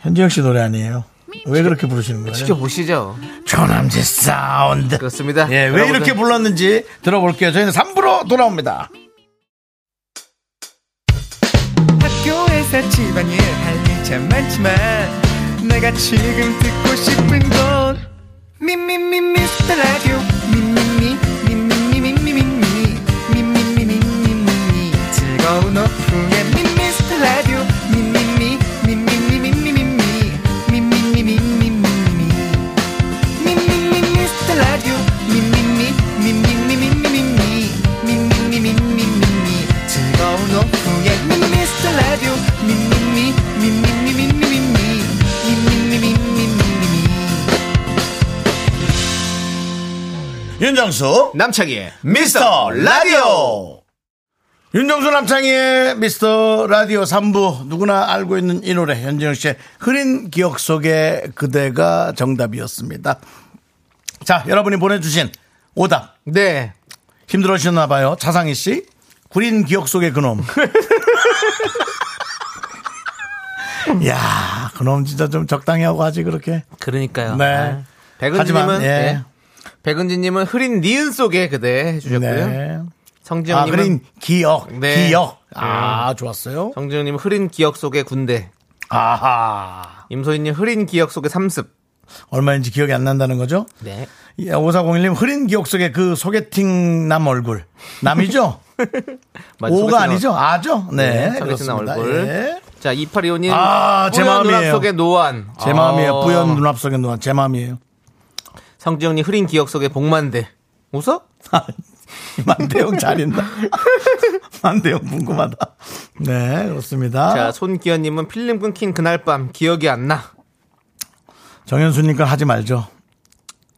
Speaker 1: 현지영 씨 노래 아니에요? 왜 그렇게 부르시는 거예요?
Speaker 2: 지켜보시죠
Speaker 1: 조남지 사운드.
Speaker 2: 그렇습니다
Speaker 1: 예, 왜
Speaker 2: 여러분들,
Speaker 1: 이렇게 불렀는지 들어볼게요. 저희는 3부로 돌아옵니다.
Speaker 7: 학교에서 집안일 할 일 참 많지만 내가 지금 듣고 싶은 건 미미미 미스터 라디오 미미미 미미미 미미미 미미미 미미미 즐거운 오후에 미미스터 라디오 미미미 미미미 미미미 미미미 미미미 미미미 미스터 라디오 미미미 미미미 미미미 미미미 미미미 즐거운 오후에 미스터 라디오 미미미 미미미 미미미 미미미 미미미
Speaker 1: 윤정수
Speaker 2: 남창희의
Speaker 1: 미스터 라디오 윤정수 남창희의 미스터 라디오 3부 누구나 알고 있는 이 노래 현지영 씨의 흐린 기억 속에 그대가 정답이었습니다 자 여러분이 보내주신 오답
Speaker 2: 네
Speaker 1: 힘들어하셨나 봐요 차상희 씨 구린 기억 속의 그놈 야 그놈 진짜 좀 적당히 하고 하지 그렇게
Speaker 2: 그러니까요
Speaker 1: 네. 하지만,
Speaker 2: 아, 백은지님은
Speaker 1: 예.
Speaker 2: 예. 백은지님은 흐린 니은 속에 그대 해주셨고요
Speaker 1: 네. 아
Speaker 2: 성지영님은
Speaker 1: 그린 기억
Speaker 2: 네.
Speaker 1: 기억 아 좋았어요
Speaker 2: 성지영님은 흐린 기억 속의 군대
Speaker 1: 아하.
Speaker 2: 임소희님 흐린 기억 속의 삼습.
Speaker 1: 얼마인지 기억이 안 난다는 거죠?
Speaker 2: 네.
Speaker 1: 예, 5401님, 흐린 기억 속에 그 소개팅 남 얼굴. 남이죠? 오가 아니죠? 아죠? 네.
Speaker 2: 소개팅
Speaker 1: 그렇습니다.
Speaker 2: 얼굴.
Speaker 1: 예.
Speaker 2: 자, 2825님.
Speaker 1: 아, 제 마음이에요.
Speaker 2: 눈앞 속의 노안.
Speaker 1: 제
Speaker 2: 어.
Speaker 1: 마음이에요. 뿌연 눈앞 속에 눈앞. 제 마음이에요.
Speaker 2: 성지영님 흐린 기억 속의 복만대. 웃어?
Speaker 1: 만대형 잘인다. 만대형 궁금하다. 네, 그렇습니다.
Speaker 2: 자, 손기현님은 필름 끊긴 그날 밤 기억이 안 나.
Speaker 1: 정현수님 건 하지 말죠.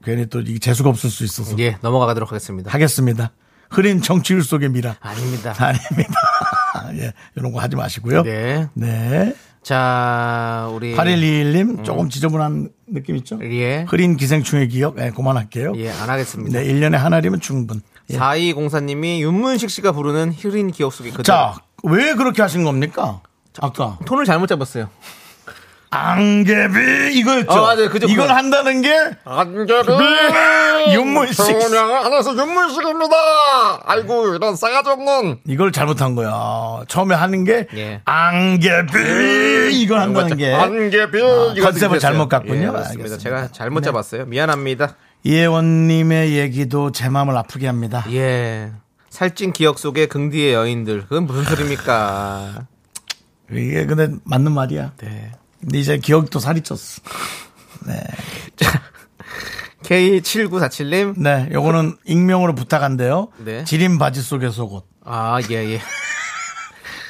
Speaker 1: 괜히 또 이게 재수가 없을 수 있어서.
Speaker 2: 예, 넘어가도록 하겠습니다.
Speaker 1: 하겠습니다. 흐린 정치율 속의 미라.
Speaker 2: 아닙니다.
Speaker 1: 아닙니다. 예, 이런 거 하지 마시고요.
Speaker 2: 네.
Speaker 1: 네.
Speaker 2: 자, 우리.
Speaker 1: 8121님 조금 지저분한 느낌 있죠?
Speaker 2: 음. 예.
Speaker 1: 흐린 기생충의 기억 예, 그만할게요.
Speaker 2: 예, 안 하겠습니다.
Speaker 1: 네, 1년에 하나리면 충분. 예.
Speaker 2: 4204님이 윤문식 씨가 부르는 흐린 기억 속의 그대.
Speaker 1: 자, 왜 그렇게 하신 겁니까? 아까
Speaker 2: 톤을 잘못 잡았어요.
Speaker 1: 안개비 이거였죠.
Speaker 2: 아, 맞아요. 그죠,
Speaker 1: 이걸
Speaker 2: 그거.
Speaker 1: 한다는 게 음, 윤문식
Speaker 2: 네, 안에서 윤문식입니다. 아이고 이런 싸가지 없는.
Speaker 1: 이걸 잘못한 거야. 처음에 하는 게
Speaker 2: 예.
Speaker 1: 안개비 이걸 한다는 예. 게
Speaker 2: 안개비
Speaker 1: 컨셉을 잘못 갔군요.
Speaker 2: 예, 맞습니다.
Speaker 1: 알겠습니다.
Speaker 2: 제가 잘못 잡았어요. 미안합니다.
Speaker 1: 이혜원님의 얘기도 제 마음을 아프게 합니다.
Speaker 2: 예. 살찐 기억 속의 긍디의 여인들. 그건 무슨 소리입니까?
Speaker 1: 이게 근데 맞는 말이야.
Speaker 2: 네.
Speaker 1: 근데 이제 기억이 또 살이 쪘어.
Speaker 2: 자, K7947님.
Speaker 1: 네, 요거는 익명으로 부탁한데요.
Speaker 2: 네.
Speaker 1: 지린 바지 속의 속옷.
Speaker 2: 아, 예, 예.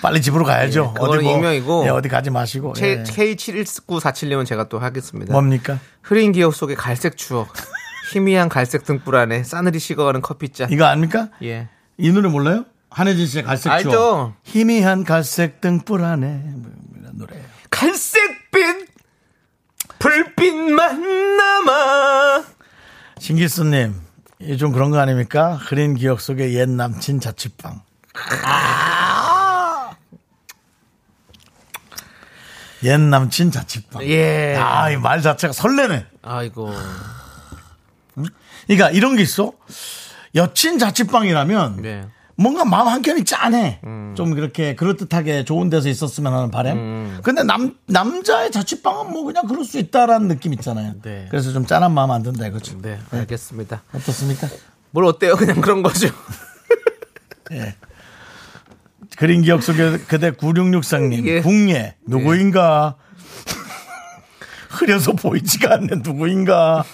Speaker 1: 빨리 집으로 가야죠.
Speaker 2: 예, 그거는 익명이고.
Speaker 1: 예, 어디 가지 마시고. 예.
Speaker 2: K7947님은 제가 또 하겠습니다.
Speaker 1: 뭡니까?
Speaker 2: 흐린 기억 속의 갈색 추억. 희미한 갈색 등불 안에 싸늘히 식어가는 커피잔.
Speaker 1: 이거 아닙니까?
Speaker 2: 예.
Speaker 1: 이 노래 몰라요? 한혜진 씨의 갈색
Speaker 2: 알죠.
Speaker 1: 추억. 희미한 갈색 등불 안에 뭐 이런 노래예요.
Speaker 2: 갈색빛 불빛만 남아.
Speaker 1: 신기수님, 이게 좀 그런 거 아닙니까? 흐린 기억 속의 옛 남친 자취방.
Speaker 2: 아!
Speaker 1: 옛 남친 자취방.
Speaker 2: 예.
Speaker 1: 아, 이 말 자체가 설레네.
Speaker 2: 아이고.
Speaker 1: 그러니까 이런 게 있어. 여친 자취방이라면
Speaker 2: 네. 음.
Speaker 1: 뭔가 마음 한켠이 짠해. 좀 그렇게 그럴듯하게 좋은 데서 있었으면 하는 바람.
Speaker 2: 음.
Speaker 1: 근데 남, 남자의 자취방은 뭐 그냥 그럴 수 있다라는 느낌 있잖아요.
Speaker 2: 네.
Speaker 1: 그래서 좀 짠한 마음 안 든다 이거죠.
Speaker 2: 네, 알겠습니다.
Speaker 1: 어떻습니까?
Speaker 2: 뭘 어때요? 그냥 그런 거죠.
Speaker 1: 예. 그린 기억 속에 그대 9663님
Speaker 2: 예.
Speaker 1: 궁예 누구인가 흐려서 보이지가 않는 누구인가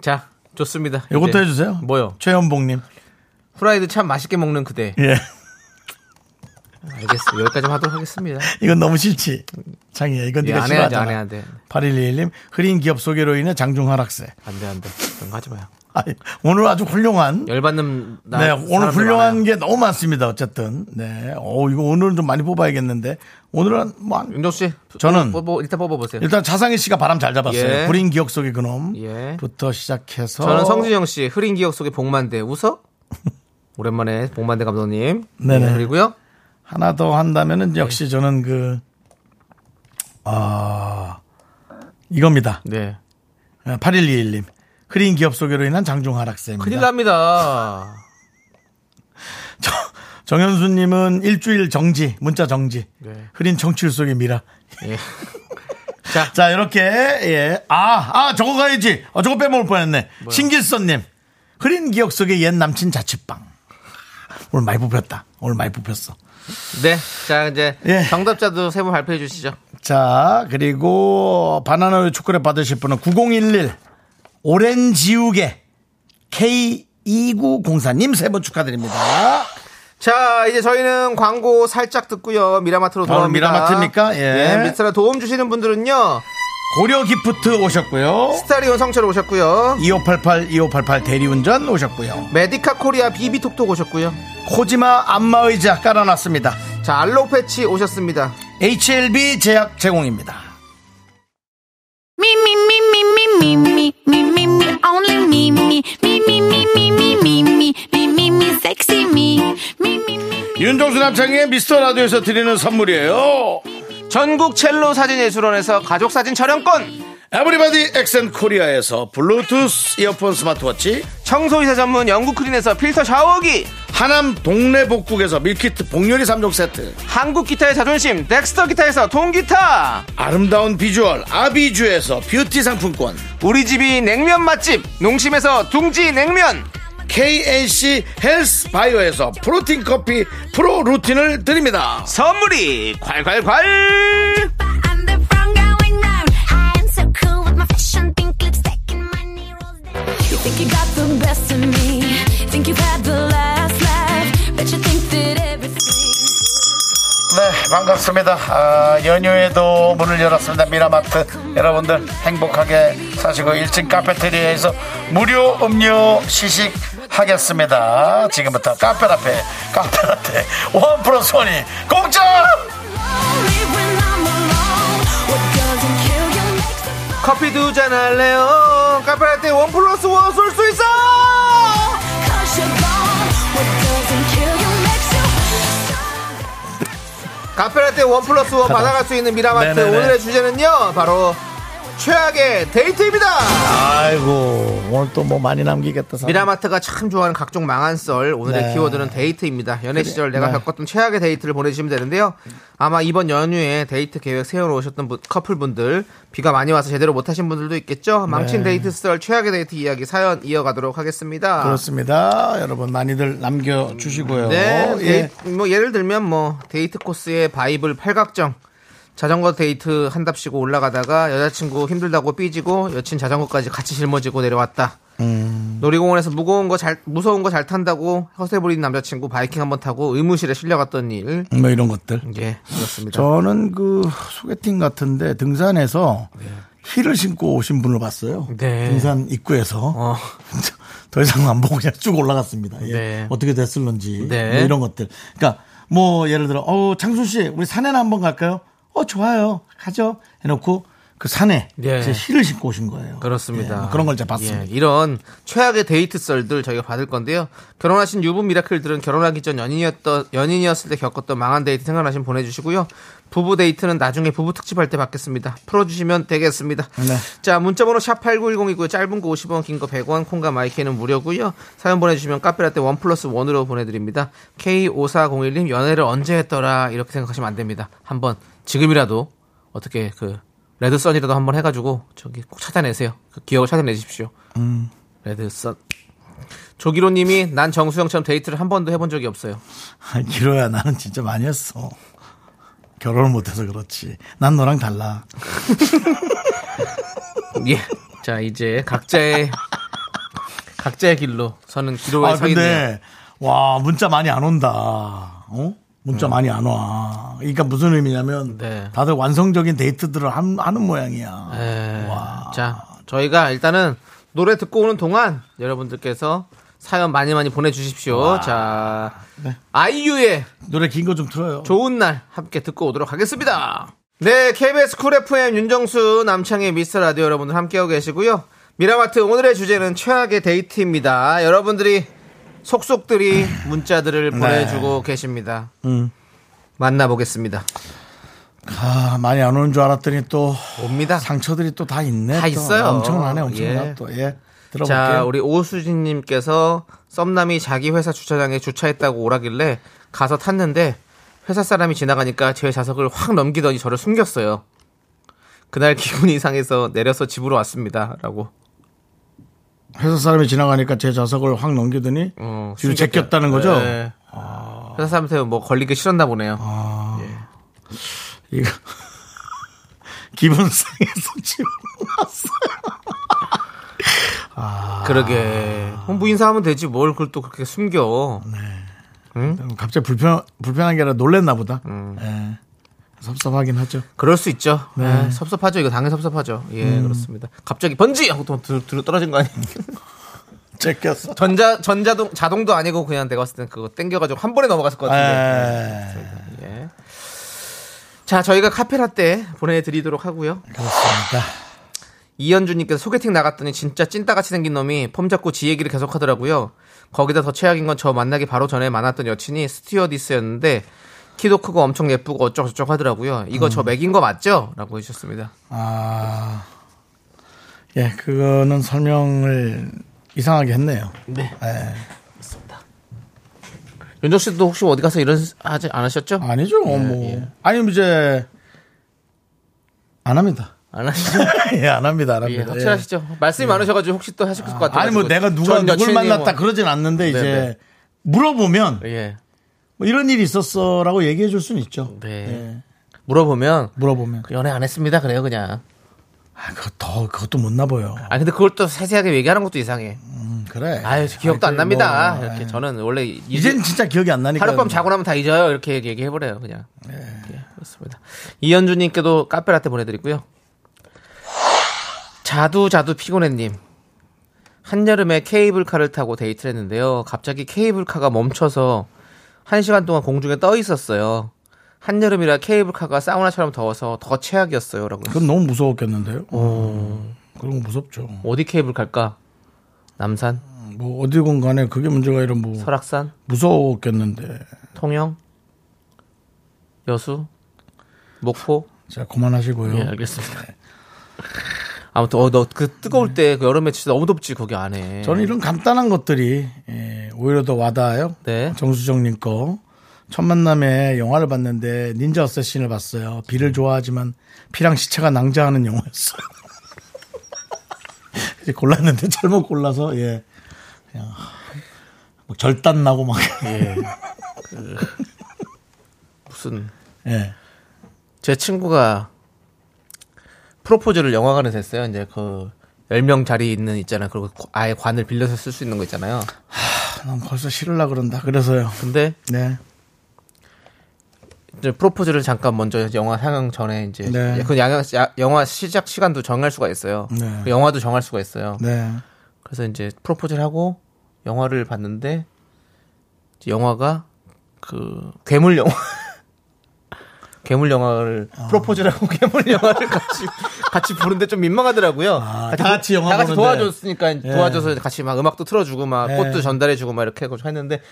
Speaker 2: 자, 좋습니다.
Speaker 1: 이것도
Speaker 2: 이제
Speaker 1: 해주세요
Speaker 2: 네. 뭐요?
Speaker 1: 최현봉님
Speaker 2: 후라이드 참 맛있게 먹는 그대.
Speaker 1: 예
Speaker 2: 알겠습니다. 여기까지 하도록 하겠습니다.
Speaker 1: 이건 너무 싫지 창희야 이건
Speaker 2: 예,
Speaker 1: 네가
Speaker 2: 안 해야지, 안
Speaker 1: 싫어하잖아
Speaker 2: 해야 돼.
Speaker 1: 8121님 흐린 기업 소개로 인해 장중 하락세
Speaker 2: 안 돼, 안 돼. 그런 거 하지 마요.
Speaker 1: 아니, 오늘 아주 훌륭한
Speaker 2: 열받는 나.
Speaker 1: 네 오늘
Speaker 2: 사람들
Speaker 1: 훌륭한
Speaker 2: 많아요.
Speaker 1: 게 너무 많습니다 어쨌든 네어 이거 오늘은 좀 많이 뽑아야겠는데 오늘은 뭐 한-
Speaker 2: 윤정 씨,
Speaker 1: 저는-
Speaker 2: 뽑- 뽑- 일단 뽑아보세요.
Speaker 1: 일단 차상희 씨가 바람 잘 잡았어요
Speaker 2: 예.
Speaker 1: 흐린 기억 속의 그놈
Speaker 2: 예.
Speaker 1: 부터 시작해서
Speaker 2: 저는 성진영 씨, 흐린 기억 속의 복만대 웃어? 오랜만에 복만대 감독님.
Speaker 1: 네네.
Speaker 2: 예, 그리고요.
Speaker 1: 하나 더
Speaker 2: 네.
Speaker 1: 한다면은 역시 저는 그, 아, 이겁니다.
Speaker 2: 네.
Speaker 1: 8121님. 흐린 기업 소개로 인한 장중 하락세입니다.
Speaker 2: 큰일 납니다.
Speaker 1: 정현수님은 일주일 정지, 문자 정지.
Speaker 2: 네.
Speaker 1: 흐린 청취율 속의 미라.
Speaker 2: 예.
Speaker 1: 자, 이렇게, 예. 아, 아, 저거 가야지. 아, 저거 빼먹을 뻔 했네. 신길선님. 흐린 기억 속의 옛 남친 자취방. 오늘 많이 뽑혔다. 오늘 많이 뽑혔어.
Speaker 2: 네. 자, 이제
Speaker 1: 예.
Speaker 2: 정답자도 세 분 발표해 주시죠.
Speaker 1: 자, 그리고 바나나우유 초콜릿 받으실 분은 9011 오렌지우개 K2904님 세 번 축하드립니다.
Speaker 2: 자, 이제 저희는 광고 살짝 듣고요. 미라마트로 돌아옵니다.
Speaker 1: 미라마트입니까? 예.
Speaker 2: 미스라 도움 주시는 분들은요.
Speaker 1: 고려 기프트 오셨고요.
Speaker 2: 스타리온 성철 오셨고요.
Speaker 1: 2588, 2588 대리운전 오셨고요.
Speaker 2: 메디카 코리아 비비톡톡 오셨고요.
Speaker 1: 코지마 안마의자 깔아놨습니다.
Speaker 2: 자, 알록 패치 오셨습니다.
Speaker 1: HLB 제약 제공입니다.
Speaker 6: Me, me, me, me, me, me, me, me, me, me, only me, me, me, me, me, me, me, me, me, me, me, me, sexy me, me, me, me.
Speaker 1: 윤종수 남창의 미스터 라디오에서 드리는 선물이에요.
Speaker 2: 전국 첼로 사진 예술원에서 가족 사진 촬영권.
Speaker 1: 에브리바디 엑센 코리아에서 블루투스 이어폰 스마트워치
Speaker 2: 청소이사 전문 영국 크린에서 필터 샤워기.
Speaker 1: 하남 동네 복국에서 밀키트 복요리 3종 세트
Speaker 2: 한국 기타의 자존심. 덱스터 기타에서 통기타.
Speaker 1: 아름다운 비주얼 아비주에서 뷰티 상품권
Speaker 2: 우리 집이 냉면 맛집. 농심에서 둥지 냉면.
Speaker 1: KNC 헬스 바이오에서 프로틴 커피 프로 루틴을 드립니다
Speaker 2: 선물이 콸콸콸!
Speaker 6: I'm the front going round. I am so cool with my fashion, pink lipstick and my knee rolls down. You think you got the best of me? Think you've had the last laugh? Bet you think that everything.
Speaker 1: 네 반갑습니다 아, 연휴에도 문을 열었습니다 미라마트 여러분들 행복하게 사시고 1층 카페테리아에서 무료 음료 시식 하겠습니다 지금부터 카페라페 카페라테 원 플러스 원이 공짜
Speaker 6: Lonely when I'm alone. What doesn't kill you makes me
Speaker 2: 커피 두 잔 할래요 카페라떼 원 플러스 원 쏠 수 있어
Speaker 6: cause you're gone. What doesn't kill you makes you.
Speaker 2: 카페라떼 원 플러스 원 받아갈 수 있는 미라마트
Speaker 1: 네네네.
Speaker 2: 오늘의 주제는요 바로 최악의 데이트입니다.
Speaker 7: 아이고 오늘 또 뭐 많이 남기겠다. 사람.
Speaker 2: 미라마트가 참 좋아하는 각종 망한 썰 오늘의
Speaker 7: 네.
Speaker 2: 키워드는 데이트입니다. 연애 시절 내가
Speaker 7: 네.
Speaker 2: 겪었던 최악의 데이트를 보내주시면 되는데요. 아마 이번 연휴에 데이트 계획 세워놓으셨던 분- 커플분들 비가 많이 와서 제대로 못하신 분들도 있겠죠. 망친 데이트 썰 최악의 데이트 이야기 사연 이어가도록 하겠습니다.
Speaker 7: 그렇습니다. 여러분 많이들 남겨주시고요.
Speaker 2: 네,
Speaker 7: 예.
Speaker 2: 데이- 뭐 예를 들면 뭐 데이트 코스의 바이블 팔각정 자전거 데이트 한답시고 올라가다가 여자친구 힘들다고 삐지고 여친 자전거까지 같이 짊어지고 내려왔다.
Speaker 7: 음.
Speaker 2: 놀이공원에서 무거운 거 잘 무서운 거 잘 탄다고 허세 부리는 남자친구 바이킹 한번 타고 의무실에 실려갔던 일.
Speaker 7: 뭐 이런 것들.
Speaker 2: 예, 그렇습니다.
Speaker 7: 저는 그 소개팅 같은데 등산에서 힐을 신고 오신 분을 봤어요.
Speaker 2: 네.
Speaker 7: 등산 입구에서
Speaker 2: 어.
Speaker 7: 더 이상 안 보고 그냥 쭉 올라갔습니다. 예.
Speaker 2: 네.
Speaker 7: 어떻게 됐을런지
Speaker 2: 네.
Speaker 7: 뭐 이런 것들. 그러니까 뭐 예를 들어 어 창수 씨 우리 산에나 한번 갈까요? 어 좋아요 가죠 해놓고 그 산에
Speaker 2: 예.
Speaker 7: 이제 힐을 신고 오신 거예요.
Speaker 2: 그렇습니다.
Speaker 7: 예, 뭐 그런 걸 제가 봤습니다.
Speaker 2: 예, 이런 최악의 데이트 썰들 저희가 받을 건데요. 결혼하신 유부 미라클들은 결혼하기 전 연인이었던 연인이었을 때 겪었던 망한 데이트 생각나시면 보내주시고요. 부부 데이트는 나중에 부부 특집할 때 받겠습니다. 풀어주시면 되겠습니다.
Speaker 7: 네.
Speaker 2: 자 문자번호 샵 #8910이고요. 짧은 거 50원, 긴 거 100원, 콩과 마이크는 무료고요. 사연 보내주시면 카페라떼 원 플러스 원으로 보내드립니다. K5401님 연애를 언제 했더라 이렇게 생각하시면 안 됩니다. 한번 지금이라도 어떻게 그 레드썬이라도 한번 해가지고 저기 꼭 찾아내세요. 그 기억을 찾아내십시오. 레드썬. 조기로님이 난 정수영처럼 데이트를 한 번도 해본 적이 없어요.
Speaker 7: 아, 길어야 나는 진짜 많이 했어. 결혼을 못해서 그렇지. 난 너랑 달라.
Speaker 2: 예. 자 이제 각자의 각자의 길로 서는 기로에
Speaker 7: 아
Speaker 2: 서 있네요.
Speaker 7: 근데 와 문자 많이 안 온다. 어? 문자 많이 안 와. 그러니까 무슨 의미냐면
Speaker 2: 네.
Speaker 7: 다들 완성적인 데이트들을 함- 하는 모양이야.
Speaker 2: 예.
Speaker 7: 와.
Speaker 2: 자, 저희가 일단은 노래 듣고 오는 동안 여러분들께서 사연 많이 많이 보내주십시오. 자,
Speaker 7: 네.
Speaker 2: 아이유의
Speaker 7: 노래 긴 거 좀 틀어요.
Speaker 2: 좋은 날 함께 듣고 오도록 하겠습니다. 네, KBS 쿨 FM 윤정수 남창의 미스터 라디오 여러분들 함께하고 계시고요. 미라마트 오늘의 주제는 최악의 데이트입니다. 여러분들이 속속들이 문자들을 보내주고 계십니다. 만나보겠습니다.
Speaker 7: 아, 많이 안 오는 줄 알았더니 또
Speaker 2: 옵니다.
Speaker 7: 상처들이 또 다 있네.
Speaker 2: 다
Speaker 7: 또
Speaker 2: 있어요.
Speaker 7: 엄청나네, 엄청나
Speaker 2: 예.
Speaker 7: 또. 예. 들어볼게요.
Speaker 2: 자, 우리 오수진님께서 썸남이 자기 회사 주차장에 주차했다고 오라길래 가서 탔는데 회사 사람이 지나가니까 제 좌석을 확 넘기더니 저를 숨겼어요. 그날 기분이 이상해서 내려서 집으로 왔습니다. 라고.
Speaker 7: 회사 사람이 지나가니까 제 좌석을 확 넘기더니
Speaker 2: 어,
Speaker 7: 뒤로
Speaker 2: 숨겼대요.
Speaker 7: 제꼈다는 거죠. 아.
Speaker 2: 네. 회사 사람한테 뭐 걸리기 싫었나 보네요.
Speaker 7: 이거 기분 상해서 지금 아.
Speaker 2: 그러게. 홍부 인사하면 되지 뭘 그걸 또 그렇게 숨겨.
Speaker 7: 네.
Speaker 2: 음.
Speaker 7: 갑자기 불편 불편한 게 아니라 놀랬나 보다. 예. 섭섭하긴 하죠.
Speaker 2: 그럴 수 있죠.
Speaker 7: 네.
Speaker 2: 예, 섭섭하죠. 이거 당연히 섭섭하죠. 예,
Speaker 7: 음.
Speaker 2: 그렇습니다. 갑자기 번지! 하고 또 들- 들어 떨어진 거 아니에요?
Speaker 7: 제꼈어.
Speaker 2: 전자 전자동 자동도 아니고 그냥 내가 봤을 땐 그거 땡겨가지고 한 번에 넘어갔을 것 같은데.
Speaker 7: 예.
Speaker 2: 예. 자 저희가 카페라떼 보내드리도록 하고요.
Speaker 7: 그렇습니다.
Speaker 2: 이현주님께서 소개팅 나갔더니 진짜 찐따같이 생긴 놈이 폼 잡고 지 얘기를 계속하더라고요. 거기다 더 최악인 건 저 만나기 바로 전에 만났던 여친이 스튜어디스였는데 키도 크고 엄청 예쁘고 어쩌고저쩌고 하더라고요. 이거
Speaker 7: 음.
Speaker 2: 저 맥인 거 맞죠? 라고 해주셨습니다.
Speaker 7: 아. 예, 그거는 설명을 이상하게 했네요.
Speaker 2: 네.
Speaker 7: 예.
Speaker 2: 윤정 씨도 혹시 어디 가서 이런 하지 않으셨죠?
Speaker 7: 아니죠, 뭐. 아니면 이제 안 합니다.
Speaker 2: 안 하시죠?
Speaker 7: 예, 안 합니다, 안
Speaker 2: 예,
Speaker 7: 합니다. 예.
Speaker 2: 확실하시죠? 말씀이 많으셔가지고 혹시 또 하실 것 같아요.
Speaker 7: 아니 뭐 내가 누가 누굴 만났다 그러진 않는데 이제
Speaker 2: 네네.
Speaker 7: 물어보면
Speaker 2: 예.
Speaker 7: 뭐 이런 일이 있었어라고 얘기해 줄 수는 있죠.
Speaker 2: 네.
Speaker 7: 예,
Speaker 2: 물어보면
Speaker 7: 물어보면
Speaker 2: 연애 안 했습니다. 그래요, 그냥.
Speaker 7: 아 그거 더 그것도 못나 보여.
Speaker 2: 아 근데 그걸 또 세세하게 얘기하는 것도 이상해.
Speaker 7: 음, 그래.
Speaker 2: 아유, 기억도 안
Speaker 7: 아이, 뭐,
Speaker 2: 납니다.
Speaker 7: 예.
Speaker 2: 이렇게 저는 원래 이제
Speaker 7: 이젠 진짜 기억이 안 나니까.
Speaker 2: 하룻밤 자고 나면 다 잊어요. 이렇게 얘기해 버려요, 그냥.
Speaker 7: 네.
Speaker 2: 예, 그렇습니다. 이현주님께도 카페라떼 보내드리고요. 자두 자두 피곤해님. 한여름에 케이블카를 타고 데이트를 했는데요. 갑자기 케이블카가 멈춰서 한시간 동안 공중에 떠 있었어요. 한여름이라 케이블카가 사우나처럼 더워서 더 최악이었어요. 라고.
Speaker 7: 그건 너무 무서웠겠는데요.
Speaker 2: 어.
Speaker 7: 그런 거 무섭죠.
Speaker 2: 어디 케이블 갈까? 남산,
Speaker 7: 뭐 어디건 간에 그게 문제가 아니라 뭐
Speaker 2: 설악산,
Speaker 7: 무서웠겠는데.
Speaker 2: 통영, 여수, 목포.
Speaker 7: 자 그만하시고요.
Speaker 2: 네,
Speaker 7: 어?
Speaker 2: 예, 알겠습니다. 아무튼 어 너 그 뜨거울 때 그 여름에 진짜 너무 덥지 거기 안에.
Speaker 7: 네. 저는 이런 간단한 것들이 예, 오히려 더 와닿아요.
Speaker 2: 네.
Speaker 7: 정수정님 거. 첫 만남에 영화를 봤는데 닌자 어쌔신을 봤어요. 비를 좋아하지만 피랑 시체가 낭자하는 영화였어요. 이제 골랐는데 잘못 골라서 예. 그냥 뭐 절단 나고 막 예.
Speaker 2: 무슨
Speaker 7: 예.
Speaker 2: 제 친구가 프로포즈를 영화관에서 했어요. 이제 그 10명 자리 있는 있잖아요. 그리고 고- 아예 관을 빌려서 쓸 수 있는 거 있잖아요.
Speaker 7: 아, 난 벌써 싫으려 그런다. 그래서요.
Speaker 2: 근데
Speaker 7: 네.
Speaker 2: 이제 프로포즈를 잠깐 먼저 영화 상영 전에 이제
Speaker 7: 네.
Speaker 2: 그 양양- 야- 영화 시작 시간도 정할 수가 있어요.
Speaker 7: 네.
Speaker 2: 그 영화도 정할 수가 있어요.
Speaker 7: 네.
Speaker 2: 그래서 이제 프로포즈를 하고 영화를 봤는데 이제 영화가 그 괴물 영화 괴물 영화를
Speaker 7: 아.
Speaker 2: 프로포즈라고 괴물 영화를 같이 같이 보는데 좀 민망하더라고요.
Speaker 7: 아, 다 같이 영화
Speaker 2: 다 같이
Speaker 7: 보는데.
Speaker 2: 도와줬으니까
Speaker 7: 예.
Speaker 2: 도와줘서 같이 막 음악도 틀어주고 막
Speaker 7: 예.
Speaker 2: 꽃도 전달해주고 막 이렇게 해가지고 했는데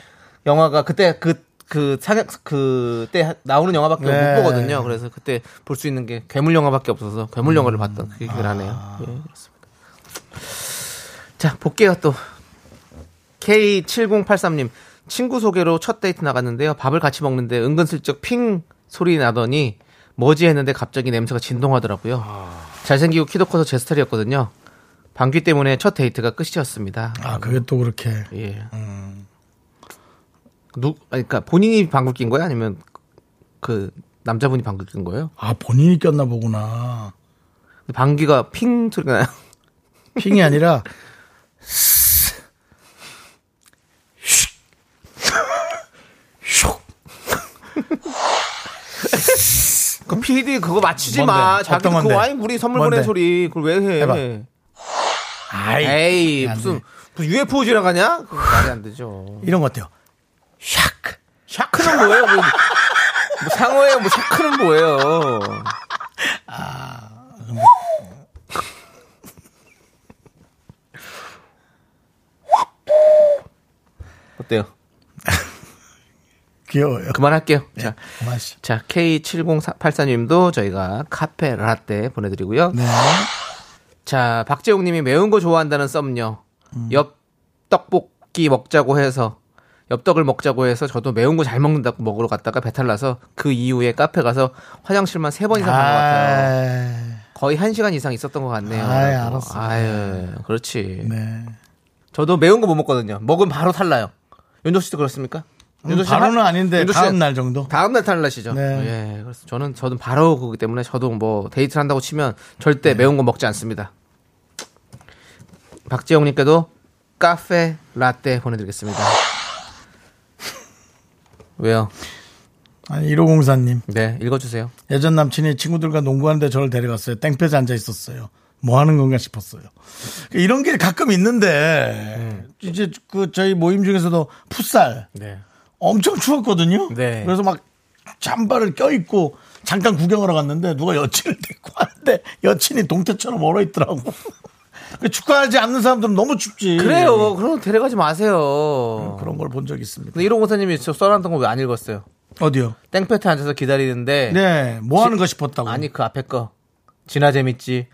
Speaker 2: 영화가 그때 그 그 상영 그때 하- 나오는 영화밖에
Speaker 7: 네.
Speaker 2: 못 보거든요. 그래서 그때 볼 수 있는 게 괴물 영화밖에 없어서 괴물 영화를 봤던 그게 기억이 나네요. 예, 그렇습니다. 자, 볼게요 또 K7083님 친구 소개로 첫 데이트 나갔는데요. 밥을 같이 먹는데 은근슬쩍 핑 소리 나더니 뭐지 했는데 갑자기 냄새가 진동하더라고요. 잘생기고 키도 커서 제 스타일이었거든요. 방귀 때문에 첫 데이트가 끝이었습니다.
Speaker 7: 아, 그게 또 그렇게.
Speaker 2: 예.
Speaker 7: 음.
Speaker 2: 누, 아니, 그러니까 본인이 방귀 낀 거예요? 아니면 그 남자분이 방귀 낀 거예요?
Speaker 7: 아, 본인이 꼈나 보구나.
Speaker 2: 근데 방귀가 핑 소리가 나요.
Speaker 7: 핑이 아니라
Speaker 2: 그 PD 그거 맞추지
Speaker 7: 뭔데?
Speaker 2: 마. 자기
Speaker 7: 어떤
Speaker 2: 그
Speaker 7: 건데?
Speaker 2: 와인 우리 선물
Speaker 7: 뭔데?
Speaker 2: 보낸 소리 그걸 왜 해?
Speaker 7: 해봐.
Speaker 2: 에이,
Speaker 7: 아이 안 돼.
Speaker 2: 무슨 무슨 UFO 지나가냐? 그거 말이 안 되죠.
Speaker 7: 이런 것 같아요.
Speaker 2: 샤크는 뭐예요? 뭐, 뭐 상어예요? 뭐 샤크는 뭐예요? 어때요?
Speaker 7: 귀여워요.
Speaker 2: 그만할게요. 자,
Speaker 7: 맛이.
Speaker 2: 자 K7084님도 저희가 카페 라떼 보내드리고요.
Speaker 7: 네.
Speaker 2: 자, 박재웅 님이 매운 거 좋아한다는 썸녀. 엽 떡볶이 먹자고 해서 엽떡을 먹자고 해서 저도 매운 거 잘 먹는다고 먹으러 갔다가 배탈 나서 그 이후에 카페 가서 화장실만 세 번 이상 간것 같아요.
Speaker 7: 아,
Speaker 2: 거의 한 시간 이상 있었던 것 같네요.
Speaker 7: 아이, 예,
Speaker 2: 라고.
Speaker 7: 알았어요.
Speaker 2: 아유, 그렇지.
Speaker 7: 네.
Speaker 2: 저도 매운 거 못 먹거든요. 먹으면 바로 탈나요. 윤종 씨도 그렇습니까? 윤종 씨
Speaker 7: 바로는
Speaker 2: 음, 하-
Speaker 7: 아닌데
Speaker 2: 윤종 씨
Speaker 7: 다음 날 정도.
Speaker 2: 다음 날 탈나시죠.
Speaker 7: 네.
Speaker 2: 예, 그래서 저는 저는 바로 그기 때문에 저도 뭐 데이트를 한다고 치면
Speaker 7: 네.
Speaker 2: 절대 매운 거 먹지 않습니다. 박재영님께도 카페 라떼 보내드리겠습니다. 왜요?
Speaker 7: 아니 1504님
Speaker 2: 네, 읽어주세요.
Speaker 7: 예전 남친이 친구들과 농구하는데 저를 데려갔어요. 땡볕에 앉아 있었어요. 뭐 하는 건가 싶었어요. 이런 게 가끔 있는데
Speaker 2: 음.
Speaker 7: 이제 그 저희 모임 중에서도 풋살
Speaker 2: 네.
Speaker 7: 엄청 추웠거든요.
Speaker 2: 네.
Speaker 7: 그래서 막 잠바를 껴입고 잠깐 구경하러 갔는데 누가 여친을 데리고 왔는데 여친이 동태처럼 얼어 있더라고. 그 축하하지 않는 사람들은 너무 춥지.
Speaker 2: 그래요. 그럼 데려가지 마세요.
Speaker 7: 그런 걸 본 적이 있습니다.
Speaker 2: 근데 이런 고사님이 저 써놨던 거 왜 안 읽었어요?
Speaker 7: 어디요?
Speaker 2: 땡볕에 앉아서 기다리는데
Speaker 7: 네, 뭐 하는 거 싶었다고.
Speaker 2: 아니 그 앞에 거 지나 재밌지.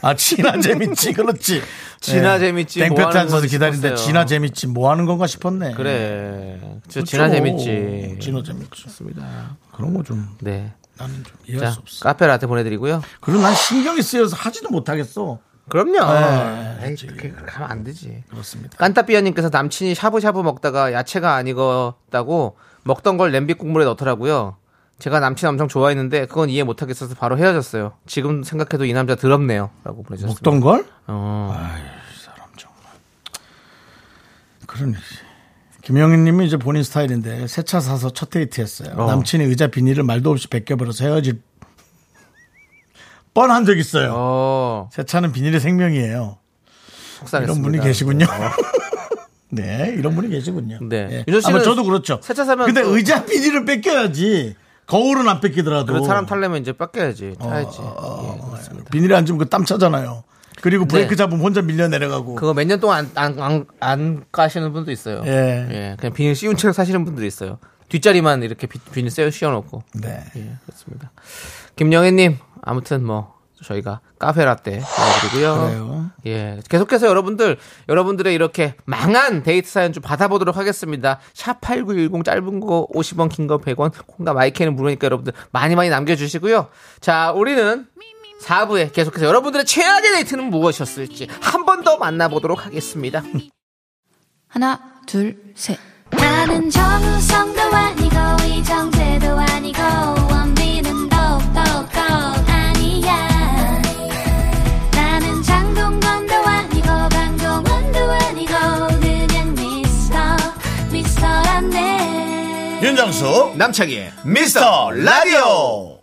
Speaker 7: 아, 지나 재밌지, 그렇지. 네.
Speaker 2: 지나 재밌지, 뭐
Speaker 7: 땡볕에
Speaker 2: 하는
Speaker 7: 앉아서
Speaker 2: 건지
Speaker 7: 기다리는데
Speaker 2: 싶었어요.
Speaker 7: 지나 재밌지, 뭐 하는 건가 싶었네.
Speaker 2: 그래. 저
Speaker 7: 그렇죠.
Speaker 2: 지나 재밌지.
Speaker 7: 지나 재밌지. 습니다 그런 거 좀,
Speaker 2: 네.
Speaker 7: 나는 좀 이해할
Speaker 2: 자,
Speaker 7: 수 없어.
Speaker 2: 카페 라떼 보내드리고요.
Speaker 7: 그리고 난 신경이 쓰여서 하지도 못하겠어.
Speaker 2: 그럼요. 네. 에이, 그렇게 가면 안 되지.
Speaker 7: 아, 그렇습니다.
Speaker 2: 깐따삐아님께서 남친이 샤브샤브 먹다가 야채가 안 익었다고 먹던 걸 냄비 국물에 넣더라고요. 제가 남친 엄청 좋아했는데 그건 이해 못하겠어서 바로 헤어졌어요. 지금 생각해도 이 남자 더럽네요. 라고 보내주셨습니다.
Speaker 7: 먹던 걸?
Speaker 2: 어.
Speaker 7: 사람 정말. 그런 일이지. 김영희 님이 이제 본인 스타일인데 새 차 사서 첫 데이트 했어요. 남친이 의자 비닐을 말도 없이 벗겨버려서 헤어질 뻔한 적 있어요.
Speaker 2: 어,
Speaker 7: 새 차는 비닐의 생명이에요.
Speaker 2: 속상했습니다. 어.
Speaker 7: 이런 분이 계시군요. 네, 이런 분이 계시군요.
Speaker 2: 네.
Speaker 7: 예.
Speaker 2: 윤정 씨는
Speaker 7: 아마 저도 그렇죠.
Speaker 2: 세차 사면
Speaker 7: 근데
Speaker 2: 또-
Speaker 7: 의자 비닐을 뺏겨야지. 거울은 안 뺏기더라도.
Speaker 2: 그래도 사람 탈려면 이제 뺏겨야지.
Speaker 7: 어,
Speaker 2: 타야지. 예, 그렇습니다.
Speaker 7: 비닐에 앉으면 그 땀 차잖아요. 그리고 브레이크
Speaker 2: 네.
Speaker 7: 잡으면 혼자 밀려 내려가고.
Speaker 2: 그거 몇 년 동안 안, 안, 안, 안 까시는 분도 있어요.
Speaker 7: 예.
Speaker 2: 그냥 비닐 씌운 채로 사시는 분들이 있어요. 뒷자리만 이렇게 비, 비닐 씌워, 씌워놓고.
Speaker 7: 네.
Speaker 2: 예, 그렇습니다. 김영애님, 아무튼 뭐, 저희가 카페 라떼 보내드리고요.
Speaker 7: 그래요.
Speaker 2: 예. 계속해서 여러분들, 여러분들의 이렇게 망한 데이트 사연 좀 받아보도록 하겠습니다. 샵8910 짧은 거 50원, 긴 거 100원, 콩과 마이크는 무료니까 여러분들 많이 많이 남겨주시고요. 자, 우리는 4부에 계속해서 여러분들의 최악의 데이트는 무엇이었을지 한 번 더 만나보도록 하겠습니다.
Speaker 8: 하나, 둘, 셋.
Speaker 6: 나는 정우성도 아니고 이정재도 아니고 원빈은 더욱더 아니야 나는 장동건도 아니고 강동원도 아니고 그냥 미스터 미스터란데
Speaker 7: 윤정수
Speaker 2: 남창희의
Speaker 7: 미스터 라디오.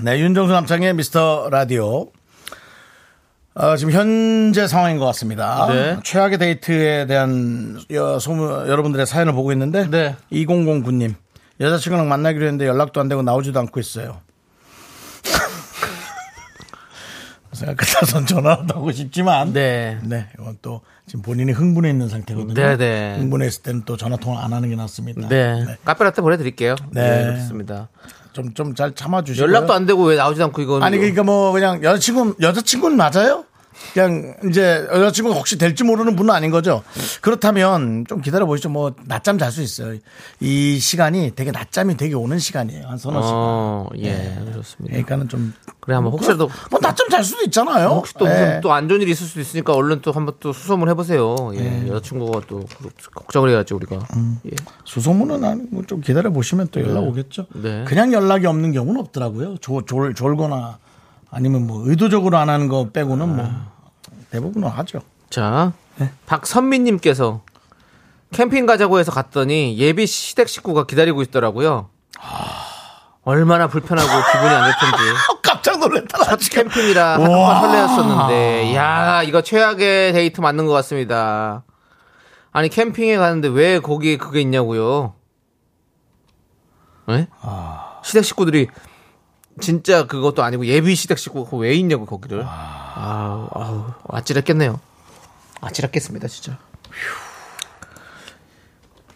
Speaker 7: 네, 윤정수 남창의 미스터 라디오. 어, 지금 현재 상황인 것 같습니다.
Speaker 2: 네.
Speaker 7: 최악의 데이트에 대한 여, 소문, 여러분들의 사연을 보고 있는데
Speaker 2: 네.
Speaker 7: 2009님 여자친구랑 만나기로 했는데 연락도 안 되고 나오지도 않고 있어요. 생각하다선 전화라도 하고 싶지만
Speaker 2: 네.
Speaker 7: 네, 이건 또 지금 본인이 흥분해 있는 상태거든요.
Speaker 2: 네, 네.
Speaker 7: 흥분해 있을 때는 또 전화 통화 안 하는 게 낫습니다.
Speaker 2: 네. 카페 라떼 보내드릴게요.
Speaker 7: 네.
Speaker 2: 네. 그렇습니다.
Speaker 7: 좀 좀 잘 참아 주시고
Speaker 2: 연락도 안 되고 왜 나오지 않고 이건.
Speaker 7: 아니 그러니까 뭐 그냥 여자친구 여자친구는 맞아요? 그냥 이제 여자친구 가 혹시 될지 모르는 분은 아닌 거죠. 그렇다면 좀 기다려 보시죠. 뭐 낮잠 잘 수 있어요. 이 시간이 되게 낮잠이 되게 오는 시간이에요. 한 서너 시간.
Speaker 2: 어, 예. 그렇습니다.
Speaker 7: 그러니까는 좀
Speaker 2: 그래, 한번 혹시라도.
Speaker 7: 뭐 낮잠 잘 수도 있잖아요.
Speaker 2: 혹시 또
Speaker 7: 예.
Speaker 2: 무슨 또 안 좋은 일이 있을 수도 있으니까 얼른 또 한번 또 수소문 해보세요. 예.
Speaker 7: 네.
Speaker 2: 여자친구가 또 그- 걱정을 해야지 우리가.
Speaker 7: 음.
Speaker 2: 예.
Speaker 7: 수소문은 아니고 좀 기다려 보시면 또 연락 오겠죠.
Speaker 2: 네.
Speaker 7: 그냥 연락이 없는 경우는 없더라고요. 졸, 졸 졸거나 아니면 뭐 의도적으로 안 하는 거 빼고는 뭐 대부분은 하죠.
Speaker 2: 자,
Speaker 7: 네.
Speaker 2: 박선미님께서 캠핑 가자고 해서 갔더니 예비 시댁 식구가 기다리고 있더라고요. 얼마나 불편하고 기분이 안 좋던지.
Speaker 7: 아, 깜짝 놀랐다. 나 지금.
Speaker 2: 캠핑이라 한번 설레었었는데, 야 이거 최악의 데이트 맞는 것 같습니다. 아니 캠핑에 가는데 왜 거기 그게 있냐고요? 네? 시댁 식구들이 진짜 그것도 아니고 예비 시댁 식구가 왜 있냐고 거기를. 아, 아우 아찔했겠네요. 아찔했겠습니다 진짜.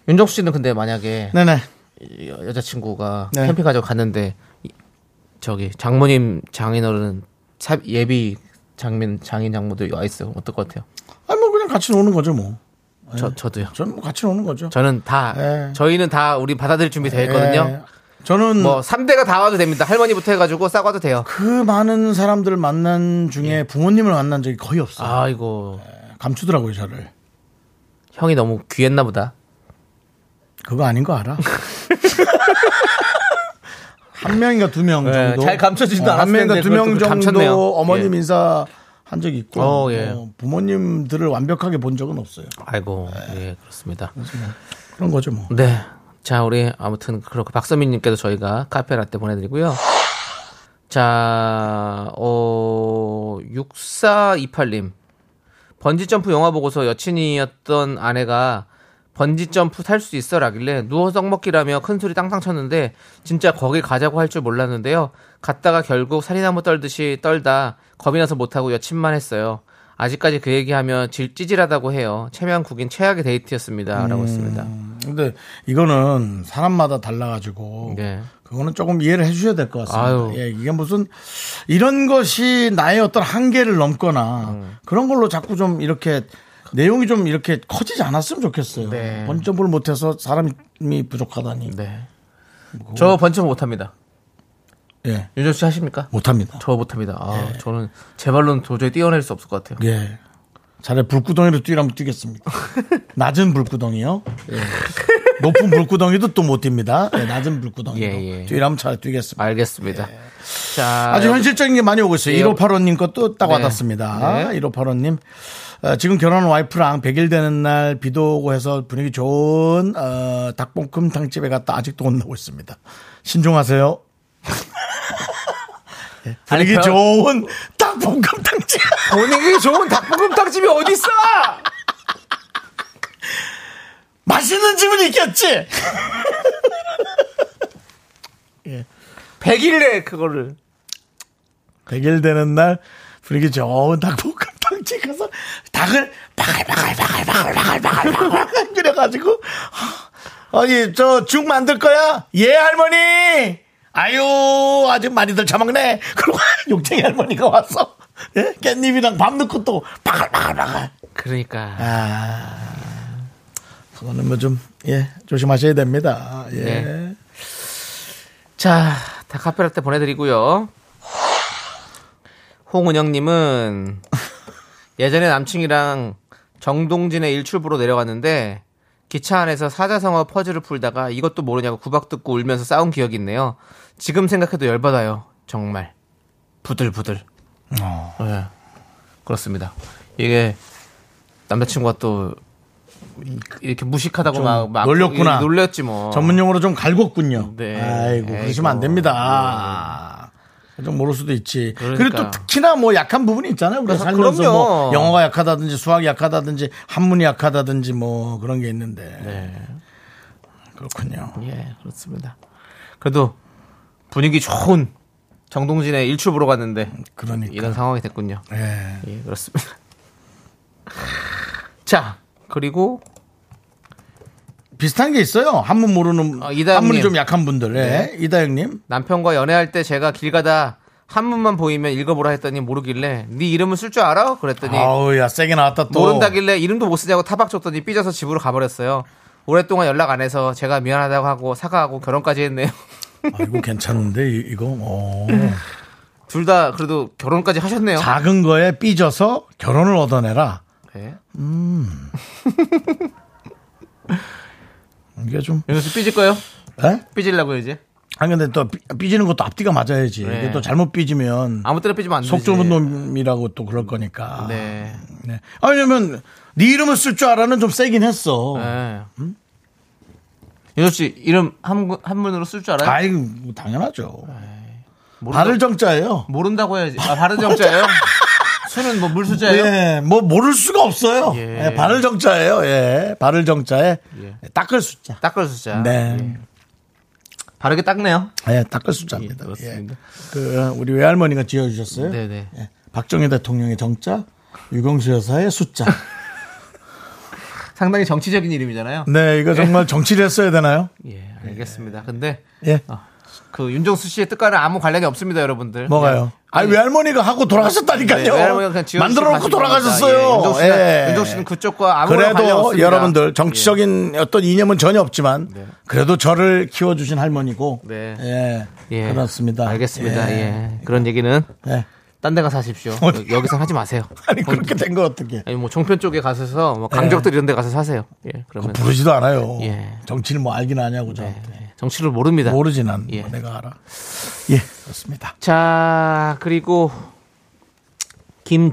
Speaker 2: 윤정수 씨는 근데 만약에
Speaker 7: 네네.
Speaker 2: 여- 여자친구가
Speaker 7: 네.
Speaker 2: 캠핑 가자고 갔는데 이- 저기 장모님 장인어른 사- 예비 장민 장인 장모들 와 있어요. 어떨 것 같아요?
Speaker 7: 아니 뭐 그냥 같이 노는 거죠 뭐.
Speaker 2: 저 저도요.
Speaker 7: 저는 뭐 같이 노는 거죠.
Speaker 2: 저는 다
Speaker 7: 예.
Speaker 2: 저희는 다 우리 받아들일 준비 되어 있거든요.
Speaker 7: 예. 저는
Speaker 2: 뭐 3대가 다 와도 됩니다. 할머니부터 해가지고 싹 와도 돼요.
Speaker 7: 그 많은 사람들 만난 중에 부모님을 만난 적이 거의 없어요.
Speaker 2: 예. 아이고
Speaker 7: 감추더라고요 저를.
Speaker 2: 형이 너무 귀했나 보다.
Speaker 7: 그거 아닌 거 알아? 한 명인가 두 명
Speaker 2: 예,
Speaker 7: 정도.
Speaker 2: 잘 감춰지지도
Speaker 7: 어, 한
Speaker 2: 않았을 텐데
Speaker 7: 명인가 두 명
Speaker 2: 그것도
Speaker 7: 정도
Speaker 2: 감췄네요.
Speaker 7: 어머님
Speaker 2: 예.
Speaker 7: 인사 한 적이 있고
Speaker 2: 어, 예.
Speaker 7: 어, 부모님들을 완벽하게 본 적은 없어요.
Speaker 2: 아이고 예 그렇습니다.
Speaker 7: 그런 거죠 뭐.
Speaker 2: 네. 자, 우리 아무튼 그렇고 박서민님께도 저희가 카페 라떼 보내드리고요. 자, 어, 6428님. 번지점프 영화 보고서 여친이었던 아내가 번지점프 탈 수 있어라길래 누워 썩먹기라며 큰 소리 땅땅 쳤는데 진짜 거기 가자고 할 줄 몰랐는데요. 갔다가 결국 살이나무 떨듯이 떨다 겁이 나서 못하고 여친만 했어요. 아직까지 그 얘기하면 질 찌질하다고 해요. 체면국인 최악의 데이트였습니다. 라고 했습니다.
Speaker 7: 근데 이거는 사람마다 달라가지고
Speaker 2: 네.
Speaker 7: 그거는 조금 이해를 해주셔야 될 것 같습니다.
Speaker 2: 아유.
Speaker 7: 예, 이게 무슨 이런 것이 나의 어떤 한계를 넘거나
Speaker 2: 음.
Speaker 7: 그런 걸로 자꾸 좀 이렇게 내용이 좀 이렇게 커지지 않았으면 좋겠어요.
Speaker 2: 네.
Speaker 7: 번점을 못해서 사람이 부족하다니.
Speaker 2: 네. 저 번쩍 못합니다.
Speaker 7: 예,
Speaker 2: 윤정 씨 하십니까?
Speaker 7: 못합니다.
Speaker 2: 저 못합니다. 아, 저는 제 발로는 도저히 뛰어낼 수 없을 것 같아요.
Speaker 7: 예. 차라리 불구덩이로 뛰라면 뛰겠습니다. 낮은 불구덩이요. 예. 높은 불구덩이도 또 못 뜁니다. 예, 낮은 불구덩이로
Speaker 2: 예, 예.
Speaker 7: 뛰라면 차라리 뛰겠습니다.
Speaker 2: 알겠습니다. 자,
Speaker 7: 아주 현실적인 게 많이 오고 있어요.
Speaker 2: 예.
Speaker 7: 1585님 것도 딱
Speaker 2: 네.
Speaker 7: 와닿습니다.
Speaker 2: 네.
Speaker 7: 1585님. 어, 지금 결혼한 와이프랑 100일 되는 날 비도 오고 해서 분위기 좋은 어, 닭볶음 탕집에 갔다 아직도 혼나고 있습니다. 신중하세요. 예,
Speaker 2: 아니,
Speaker 7: 분위기
Speaker 2: 결-
Speaker 7: 좋은 닭볶음 탕집.
Speaker 2: 본인이 좋은 닭볶음탕집이 어디 있어?
Speaker 7: 맛있는 집은 있겠지.
Speaker 2: 100일에 그거를
Speaker 7: 100일 되는 날 분위기 좋은 닭볶음 탕집 가서 닭을 바글바글바글바글바글바글바글 끓여가지고 아니 저 죽 만들 거야? 예 할머니 아유 아주 많이들 처먹네 그러고 욕쟁이 할머니가 와서 예? 깻잎이랑 밥 넣고 또 바글바글바글
Speaker 2: 그러니까.
Speaker 7: 아 그거는 뭐 좀 예 조심하셔야 됩니다 예
Speaker 2: 네. 자, 다 카페라떼 보내드리고요. 홍은영님은 예전에 남친이랑 정동진의 일출부로 내려갔는데 기차 안에서 사자성어 퍼즐을 풀다가 이것도 모르냐고 구박 듣고 울면서 싸운 기억이 있네요. 지금 생각해도 열받아요. 정말 부들부들.
Speaker 7: 어.
Speaker 2: 예. 그렇습니다. 이게 남자친구가 또 이- 이렇게 무식하다고
Speaker 7: 좀
Speaker 2: 막, 막
Speaker 7: 놀렸구나.
Speaker 2: 놀렸지 뭐.
Speaker 7: 전문용어로 좀 갈궜군요
Speaker 2: 네.
Speaker 7: 아이고
Speaker 2: 아이고. 네.
Speaker 7: 그러시면 안 됩니다 좀 모를 수도 있지 그리고또
Speaker 2: 그러니까요.
Speaker 7: 특히나 뭐 약한 부분이 있잖아요 우리가
Speaker 2: 그래서
Speaker 7: 살면서
Speaker 2: 그럼요.
Speaker 7: 뭐 영어가 약하다든지 수학이 약하다든지 한문이 약하다든지 뭐 그런 게 있는데
Speaker 2: 네.
Speaker 7: 그렇군요
Speaker 2: 예, 그렇습니다. 그래도 분위기 좋은 정동진의 일출 보러 갔는데
Speaker 7: 그러니까
Speaker 2: 이런 상황이 됐군요.
Speaker 7: 예.
Speaker 2: 예, 그렇습니다. 자, 그리고
Speaker 7: 비슷한 게 있어요. 한문 모르는
Speaker 2: 어, 이다영님. 네.
Speaker 7: 한문이 좀 약한 분들. 예. 이다영님.
Speaker 2: 남편과 연애할 때 제가 길 가다 한문만 보이면 읽어보라 했더니 모르길래 네 이름은 쓸 줄 알아? 그랬더니
Speaker 7: 아우 야 세게 나왔다 또.
Speaker 2: 네. 모른다길래 이름도 못 쓰냐고 타박 쳤더니 삐져서 집으로 가버렸어요. 오랫동안 연락 안 해서 제가 미안하다고 하고 사과하고 결혼까지 했네요.
Speaker 7: 아이고 괜찮은데 이- 이거. 어.
Speaker 2: 둘 다 그래도 결혼까지 하셨네요.
Speaker 7: 작은 거에 삐져서 결혼을 얻어내라.
Speaker 2: 네.
Speaker 7: 이게 좀.
Speaker 2: 윤수 삐질 거예요?
Speaker 7: 예?
Speaker 2: 삐질라고 이제?
Speaker 7: 아니 근데 또 삐- 삐지는 것도 앞뒤가 맞아야지.
Speaker 2: 네.
Speaker 7: 이게 또 잘못 삐지면
Speaker 2: 아무 때나 삐지면 안 되지.
Speaker 7: 속 좁은 놈이라고 또 그럴 거니까.
Speaker 2: 네.
Speaker 7: 네. 아, 왜냐면 네 이름을 쓸 줄 알아는 좀 세긴 했어.
Speaker 2: 네. 윤호 씨 이름 한, 한문으로 쓸 줄 알아요?
Speaker 7: 아이고 뭐 당연하죠.
Speaker 2: 네. 모른다,
Speaker 7: 바를 정자예요.
Speaker 2: 모른다고 해야지. 아, 바른 정자예요? 수는 뭐 물수자예요?
Speaker 7: 예, 뭐 모를 수가 없어요.
Speaker 2: 예.
Speaker 7: 예, 바늘 정자예요. 예, 바늘 정자에
Speaker 2: 예.
Speaker 7: 닦을 숫자.
Speaker 2: 닦을 수자.
Speaker 7: 네,
Speaker 2: 바르게 닦네요.
Speaker 7: 예, 닦을 숫자입니다.
Speaker 2: 예,
Speaker 7: 예,
Speaker 2: 그렇습니다.
Speaker 7: 그 우리 외할머니가 지어주셨어요.
Speaker 2: 네네.
Speaker 7: 예, 박정희 대통령의 정자, 유경수 여사의 숫자.
Speaker 2: 상당히 정치적인 이름이잖아요.
Speaker 7: 네, 이거 정말 정치를 했어야 되나요?
Speaker 2: 예, 알겠습니다. 근데
Speaker 7: 예,
Speaker 2: 그 윤정수 씨의 뜻과는 아무 관련이 없습니다, 여러분들.
Speaker 7: 뭐가요? 아, 외할머니가 하고 돌아가셨다니까요.
Speaker 2: 네, 외할머니가 그냥 지어주시고
Speaker 7: 만들어놓고
Speaker 2: 가신 겁니다.
Speaker 7: 돌아가셨어요.
Speaker 2: 예, 윤정 씨는-
Speaker 7: 예.
Speaker 2: 윤정 씨는 그쪽과 아무 관련이
Speaker 7: 그래도
Speaker 2: 없습니다. 예.
Speaker 7: 여러분들 정치적인 어떤 이념은 전혀 없지만 그래도 저를 키워주신 할머니고
Speaker 2: 네.
Speaker 7: 예,
Speaker 2: 예.
Speaker 7: 그렇습니다.
Speaker 2: 알겠습니다. 예. 그런 얘기는
Speaker 7: 예.
Speaker 2: 딴 데 가서 하십시오.
Speaker 7: 어디-
Speaker 2: 여- 여기서 하지 마세요.
Speaker 7: 아니 그렇게 된 거 어떻게?
Speaker 2: 아니 뭐 종편 쪽에 가셔서
Speaker 7: 예.
Speaker 2: 뭐 강적들 이런 데 가서 사세요. 예. 그러면
Speaker 7: 부르지도 않아요.
Speaker 2: 예.
Speaker 7: 정치를 뭐 알긴 아냐고 저한테
Speaker 2: 예, 정치를 모릅니다.
Speaker 7: 모르진 않.
Speaker 2: 예.
Speaker 7: 뭐 내가 알아. 예, 그렇습니다.
Speaker 2: 자, 그리고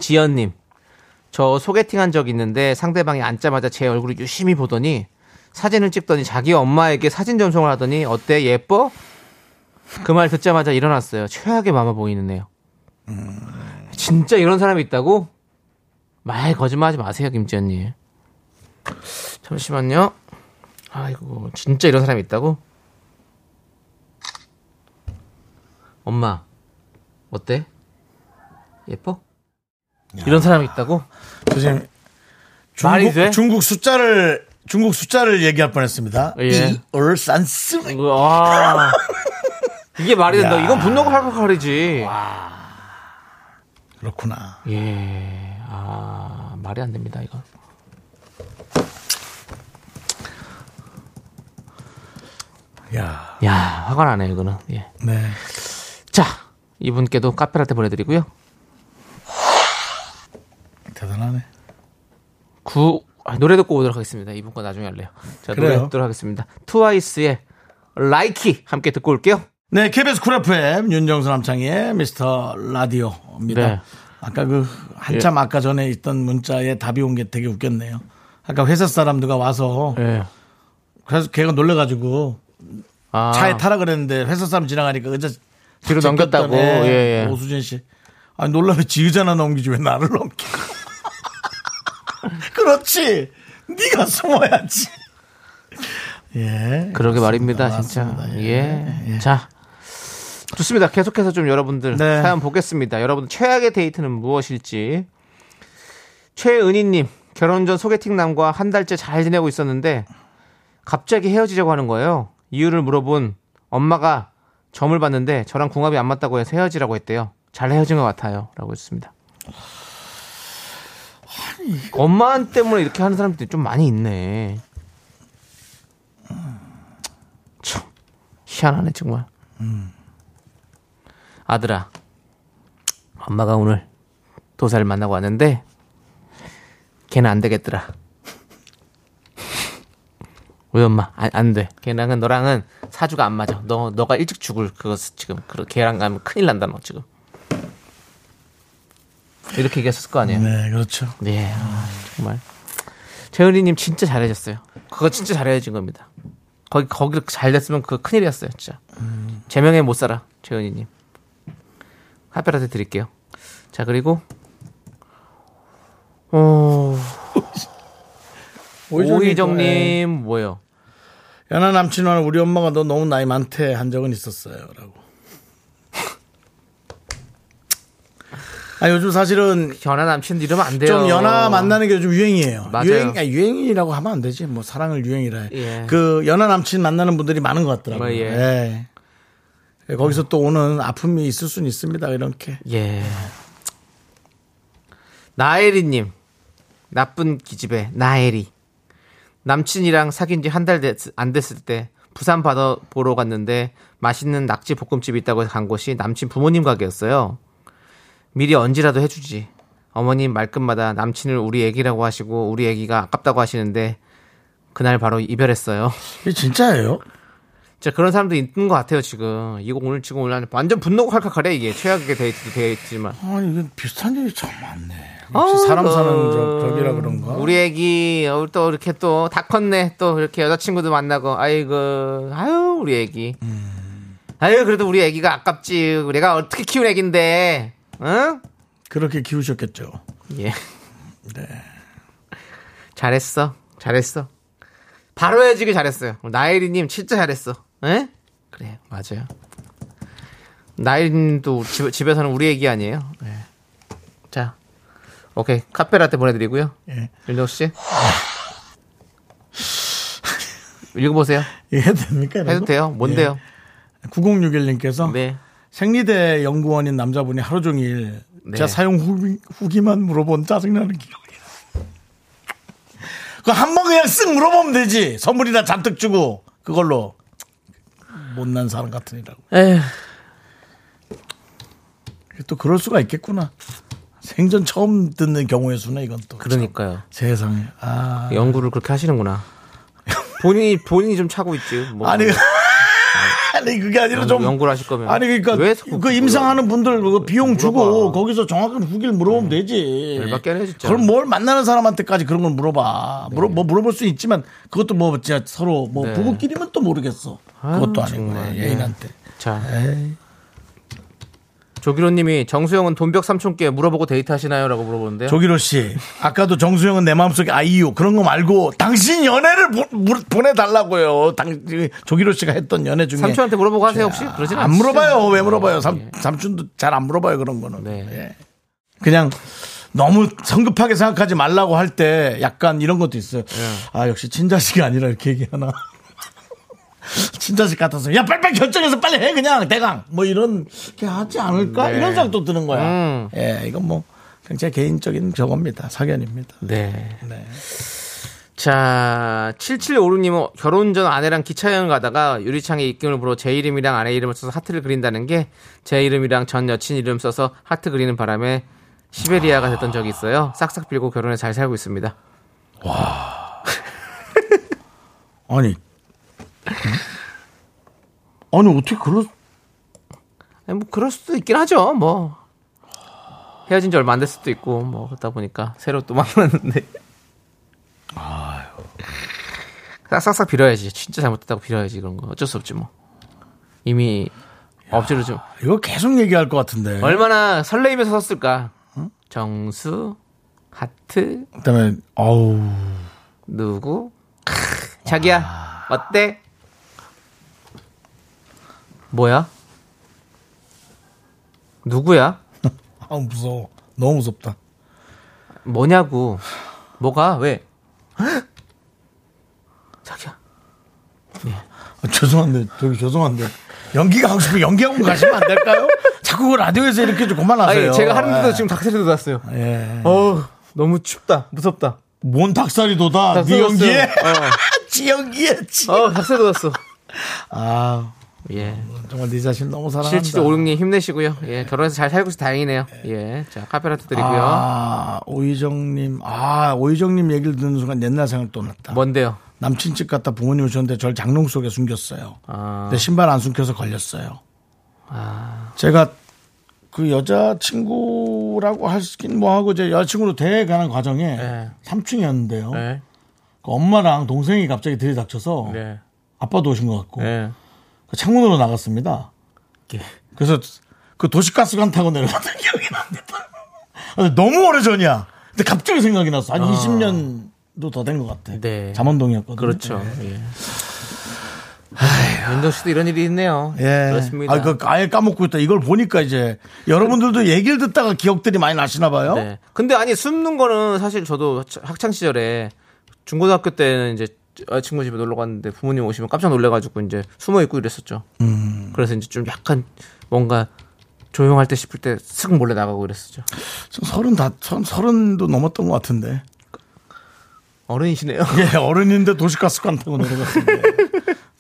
Speaker 2: 김지연 님. 저 소개팅 한 적 있는데 상대방이 앉자마자 제 얼굴을 유심히 보더니 사진을 찍더니 자기 엄마에게 사진 전송을 하더니 어때 예뻐? 그 말 듣자마자 일어났어요. 최악의 마마 보이는 애요. 진짜 이런 사람이 있다고? 말 거짓말하지 마세요, 김지연 님. 잠시만요. 아이고, 진짜 이런 사람이 있다고? 엄마 어때? 예뻐? 이런 사람이 있다고?
Speaker 7: 저 지금
Speaker 2: 아, 말이 돼?
Speaker 7: 중국, 중국 숫자를 중국 숫자를 얘기할 뻔했습니다.
Speaker 2: 예.
Speaker 7: 이얼산스
Speaker 2: 와 아. 이게 말이 된다. 이건 분노가 칼칼칼이지.
Speaker 7: 그렇구나.
Speaker 2: 예, 아 말이 안 됩니다. 이건
Speaker 7: 야,
Speaker 2: 야 화가 나네 이거는. 예.
Speaker 7: 네.
Speaker 2: 자 이분께도 카페라테 보내드리고요.
Speaker 7: 대단하네.
Speaker 2: 구 아, 노래 듣고 오도록 하겠습니다. 이분 거 나중에 할래요. 자 노래
Speaker 7: 그래요.
Speaker 2: 듣도록 하겠습니다. 트와이스의 라이키 함께 듣고 올게요.
Speaker 7: 네, KBS 쿨 FM 윤정수 남창희의 미스터 라디오입니다.
Speaker 2: 네. 예.
Speaker 7: 아까 그 한참 아까 전에 있던 문자에 답이 온 게 되게 웃겼네요. 아까 회사 사람들과 와서
Speaker 2: 예.
Speaker 7: 그래서 걔가 놀래가지고
Speaker 2: 아,
Speaker 7: 차에 타라 그랬는데 회사 사람 지나가니까 의자
Speaker 2: 뒤로 넘겼다고.
Speaker 7: 제꼈다네.
Speaker 2: 예, 예.
Speaker 7: 오수진 씨. 아 놀라면 지 의자나 넘기지 왜 나를 넘기? 그렇지. 네가 숨어야지. 예.
Speaker 2: 그러게 말입니다, 진짜.
Speaker 7: 맞습니다.
Speaker 2: 예. 자. 좋습니다. 계속해서 좀 여러분들
Speaker 7: 네.
Speaker 2: 사연 보겠습니다. 여러분 최악의 데이트는 무엇일지. 최은희님, 결혼 전 소개팅 남과 한 달째 잘 지내고 있었는데 갑자기 헤어지자고 하는 거예요. 이유를 물어본 엄마가 점을 봤는데 저랑 궁합이 안 맞다고 해서 헤어지라고 했대요. 잘 헤어진 것 같아요. 라고 했습니다. 엄마 때문에 이렇게 하는 사람들이 좀 많이 있네. 참, 희한하네, 정말. 아들아, 엄마가 오늘 도사를 만나고 왔는데, 걔는 안 되겠더라. 우리 엄마 안, 안 돼. 걔랑은 너랑은 사주가 안 맞아. 너 너가 일찍 죽을 그거 지금 그 걔랑 가면 큰일 난다 너 지금. 이렇게 얘기했을 거 아니에요.
Speaker 7: 네, 그렇죠.
Speaker 2: 네, 아, 정말 재은이님 진짜 잘해줬어요. 그거 진짜 잘해준 겁니다. 거기 거기를 잘 됐으면 그거 큰일이었어요, 진짜. 제명에 못 살아, 재은이님. 카페라테 드릴게요. 자 그리고 어, 오희정님 뭐예요?
Speaker 7: 연하 남친은 우리 엄마가 너 너무 나이 많대 한 적은 있었어요.라고. 아 요즘 사실은
Speaker 2: 연하 남친 이러면 안 돼요.
Speaker 7: 좀 연하 만나는 게 요즘 유행이에요.
Speaker 2: 맞아요.
Speaker 7: 유행, 아, 유행이라고 하면 안 되지. 뭐 사랑을 유행이라 해.
Speaker 2: 예.
Speaker 7: 그 연하 남친 만나는 분들이 많은 것 같더라고요.
Speaker 2: 뭐,
Speaker 7: 예. 예, 거기서 또 오는 아픔이 있을 수는 있습니다. 이렇게.
Speaker 2: 예. 나혜리님 나쁜 기집애 나혜리 남친이랑 사귄 지 한 달 안 됐을 때 부산 바다 보러 갔는데 맛있는 낙지 볶음집이 있다고 해서 간 곳이 남친 부모님 가게였어요. 미리 언제라도 해주지. 어머님 말끝마다 남친을 우리 애기라고 하시고 우리 애기가 아깝다고 하시는데 그날 바로 이별했어요.
Speaker 7: 이게 진짜예요?
Speaker 2: 진짜 그런 사람도 있는 것 같아요 지금 이거 오늘 지금 올라 완전 분노가 칼칼하래 이게 최악의 데이트도 데이트지만
Speaker 7: 아니 이건 비슷한 일이 참 많네.
Speaker 2: 아우,
Speaker 7: 혹시 사람 사는
Speaker 2: 그-
Speaker 7: 적- 적이라 그런가?
Speaker 2: 우리 애기 어, 또 이렇게 또 다 컸네. 또 이렇게 여자친구도 만나고 아이고 아유 우리 애기. 아유 그래도 우리 애기가 아깝지. 내가 어떻게 키운 애긴데. 응?
Speaker 7: 그렇게 키우셨겠죠.
Speaker 2: 예. 네. 잘했어. 잘했어. 바로 해주길 잘했어요. 나혜리님 진짜 잘했어. 예? 그래 맞아요. 나혜리님도 집, 집에서는 우리 애기 아니에요. 예. 자, 오케이 카페라떼 보내드리고요.
Speaker 7: 예.
Speaker 2: 윤정 씨 읽어보세요.
Speaker 7: 이해 됩니까? 이런
Speaker 2: 해도
Speaker 7: 거?
Speaker 2: 돼요. 뭔데요?
Speaker 7: 9061님께서
Speaker 2: 네.
Speaker 7: 생리대 연구원인 남자분이 하루 종일
Speaker 2: 네.
Speaker 7: 제 사용 후기, 후기만 물어본 짜증나는 기억이 그한 번 그냥 쓱 물어보면 되지 선물이나 잔뜩 주고 그걸로 못난 사람 같으니라고
Speaker 2: 에휴.
Speaker 7: 또 그럴 수가 있겠구나 생전 처음 듣는 경우의 수네 이건 또
Speaker 2: 그러니까요.
Speaker 7: 세상에 아
Speaker 2: 연구를 그렇게 하시는구나. 본인이 본인이 좀 차고 있지. 뭐.
Speaker 7: 아니 아니 그게 아니라 좀
Speaker 2: 연구를 하실 거면
Speaker 7: 아니 그러니까
Speaker 2: 왜 자꾸
Speaker 7: 그
Speaker 2: 그걸-
Speaker 7: 임상하는 분들 그 비용 주고
Speaker 2: 물어봐. 네.
Speaker 7: 거기서 정확한 후기를 물어보면 되지.
Speaker 2: 열받게 하네, 진짜.
Speaker 7: 그럼 뭘 만나는 사람한테까지 그런 걸 물어봐. 물어 뭐 물어볼 수 있지만 그것도 뭐 진짜 서로 뭐
Speaker 2: 네.
Speaker 7: 부부끼리면 또 모르겠어.
Speaker 2: 아유,
Speaker 7: 그것도 아니고
Speaker 2: 정말, 예.
Speaker 7: 애인한테.
Speaker 2: 자. 조기로님이 정수영은 돈벽 삼촌께 물어보고 데이트하시나요?라고 물어보는데요.
Speaker 7: 조기로 씨, 아까도 정수영은 내 마음속에 아이유 그런 거 말고 당신 연애를 보, 물- 보내달라고요. 당 조기로 씨가 했던 연애 중에
Speaker 2: 삼촌한테 물어보고 하세요 혹시? 그러진
Speaker 7: 아, 안
Speaker 2: 않으시죠?
Speaker 7: 물어봐요. 왜 물어봐요?
Speaker 2: 어,
Speaker 7: 삼,
Speaker 2: 예.
Speaker 7: 삼촌도 잘 안 물어봐요. 그런 거는.
Speaker 2: 네.
Speaker 7: 예. 그냥 너무 성급하게 생각하지 말라고 할 때 약간 이런 것도
Speaker 2: 예.
Speaker 7: 있어요. 아, 역시 친자식이 아니라 이렇게 얘기하나. 친자식 같아서 야 빨리빨리 결정해서 빨리 해 그냥 대강 뭐 이런 게 하지 않을까
Speaker 2: 네.
Speaker 7: 이런 생각도 드는 거야.
Speaker 2: 음.
Speaker 7: 예, 이건 뭐 굉장히 개인적인 저겁니다. 사견입니다.
Speaker 2: 네.
Speaker 7: 네.
Speaker 2: 자, 7756님은 결혼 전 아내랑 기차 여행 가다가 유리창에 입김을 불어 제 이름이랑 아내 이름을 써서 하트를 그린다는 게 제 이름이랑 전 여친 이름 써서 하트 그리는 바람에 시베리아가 됐던 적이 있어요. 싹싹 빌고 결혼해 잘 살고 있습니다.
Speaker 7: 아니, 아니 어떻게 그럴?
Speaker 2: 아니, 뭐 그럴 수도 있긴 하죠. 뭐 헤어진 지 얼마 안 됐을 수도 있고 뭐 그러다 보니까 새로 또 만났는데. 싹싹싹 빌어야지. 진짜 잘못했다고 빌어야지 그런 거. 어쩔 수 없지 뭐. 이미 업체로 좀
Speaker 7: 이거 계속 얘기할 것 같은데.
Speaker 2: 얼마나 설레이면서 섰을까. 정수 하트
Speaker 7: 그다음에 아우
Speaker 2: 누구 크, 자기야 어때? 뭐야? 누구야?
Speaker 7: 아 무서워. 너무 무섭다.
Speaker 2: 뭐냐고. 뭐가? 왜? 자기야.
Speaker 7: 아, 죄송한데 저기 죄송한데 연기가 하고 싶으면 연기하고 가시면 안 될까요? 자꾸 그 라디오에서 이렇게 좀 그만하세요.
Speaker 2: 아니 제가 하는데도
Speaker 7: 예.
Speaker 2: 지금 닭살이 돋았어요.
Speaker 7: 예.
Speaker 2: 어 너무 춥다 무섭다.
Speaker 7: 뭔 닭살이 돋아? 네
Speaker 2: 닭살 돋았어요.
Speaker 7: 연기에?
Speaker 2: 어.
Speaker 7: 지 연기에, 지.
Speaker 2: 어 닭살 돋았어.
Speaker 7: 아,
Speaker 2: 예.
Speaker 7: 정말 네 자신 너무 사랑한다.
Speaker 2: 7756님 힘내시고요. 예 결혼해서 잘 살고 있어 다행이네요. 예. 자 카페라떼 드리고요.
Speaker 7: 아, 오희정님. 아, 오희정님 얘기를 듣는 순간 옛날 생각 또 났다.
Speaker 2: 뭔데요?
Speaker 7: 남친 집 갔다 부모님 오셨는데 저를 장롱 속에 숨겼어요.
Speaker 2: 아.
Speaker 7: 근데 신발 안 숨겨서 걸렸어요. 제가 그 여자친구라고 하긴 뭐하고 제 여자친구로 대가는 과정에
Speaker 2: 네.
Speaker 7: 삼 3층이었는데요.
Speaker 2: 네.
Speaker 7: 그 엄마랑 동생이 갑자기 들이닥쳐서
Speaker 2: 네.
Speaker 7: 아빠도 오신 것 같고
Speaker 2: 네.
Speaker 7: 그 창문으로 나갔습니다.
Speaker 2: 예.
Speaker 7: 그래서 그 도시가스관 타고 내려갔던 기억이 납니다. 근데 너무 오래 전이야. 근데 갑자기 생각이 났어. 한 20년도 더 된 것 같아.
Speaker 2: 아. 네.
Speaker 7: 잠원동이었거든요.
Speaker 2: 그렇죠. 예. 아휴, 윤정 씨도 이런 일이 있네요.
Speaker 7: 예.
Speaker 2: 그렇습니다.
Speaker 7: 아, 그 아예 까먹고 있다. 이걸 보니까 이제 여러분들도 얘기를 듣다가 기억들이 많이 나시나 봐요.
Speaker 2: 네. 근데 아니 숨는 거는 사실 저도 학창 시절에 중고등학교 때는 이제 친구 집에 놀러 갔는데 부모님 오시면 깜짝 놀래가지고 이제 숨어 있고 이랬었죠. 그래서 이제 좀 약간 뭔가 조용할 때 싶을 때 슥 몰래 나가고 이랬었죠.
Speaker 7: 지금 서른 다 서- 서른도 넘었던 것 같은데.
Speaker 2: 어른이시네요.
Speaker 7: 예, 어른인데 도시가스관 타고 내려갔는데.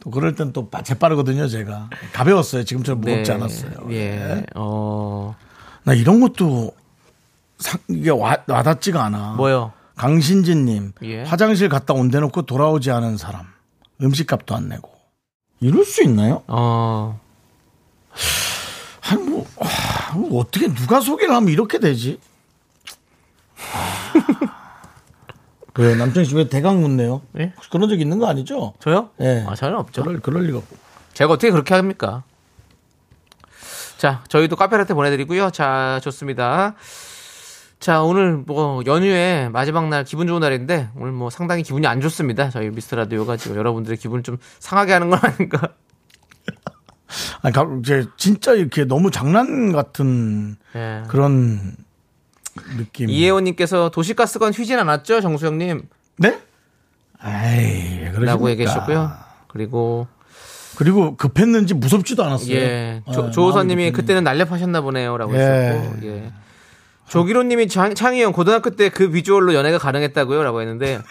Speaker 7: 또 그럴 땐 또 재빠르거든요, 제가. 가벼웠어요. 지금처럼 무겁지
Speaker 2: 네.
Speaker 7: 않았어요.
Speaker 2: 예. 어
Speaker 7: 나 이런 것도 상- 이게 와, 닿지가 않아.
Speaker 2: 뭐요?
Speaker 7: 강신진님
Speaker 2: 예.
Speaker 7: 화장실 갔다 온 대놓고 돌아오지 않은 사람 음식값도 안 내고 이럴 수 있나요?
Speaker 2: 어
Speaker 7: 아니 뭐 아, 어떻게 누가 소개를 하면 이렇게 되지? 그 남편 집에 대강 묻네요.
Speaker 2: 예?
Speaker 7: 혹시 그런 적 있는 거 아니죠?
Speaker 2: 저요?
Speaker 7: 예.
Speaker 2: 아 저는 없죠.
Speaker 7: 그럴 그럴 리가 없고.
Speaker 2: 제가 어떻게 그렇게 합니까? 자, 저희도 카페라테 보내드리고요. 자, 좋습니다. 자, 오늘 뭐 연휴에 마지막 날 기분 좋은 날인데 오늘 뭐 상당히 기분이 안 좋습니다. 저희 미스터 라디오가 지금 여러분들의 기분을 좀 상하게 하는 건 아닌가.
Speaker 7: 아니 가- 이제 진짜 이렇게 너무 장난 같은
Speaker 2: 예.
Speaker 7: 그런 느낌.
Speaker 2: 이혜원님께서 도시가스건 휘진 않았죠, 정수영님?
Speaker 7: 네? 에이 왜 그러십니까?
Speaker 2: 라고 얘기하셨고요. 그리고
Speaker 7: 그리고 급했는지 무섭지도 않았어요.
Speaker 2: 예, 조,
Speaker 7: 예,
Speaker 2: 조호선님이
Speaker 7: 마음이
Speaker 2: 그때는 날렵하셨나 보네요라고
Speaker 7: 예.
Speaker 2: 했었고, 예. 조기로님이 창- 창희 형 고등학교 때 그 비주얼로 연애가 가능했다고요라고 했는데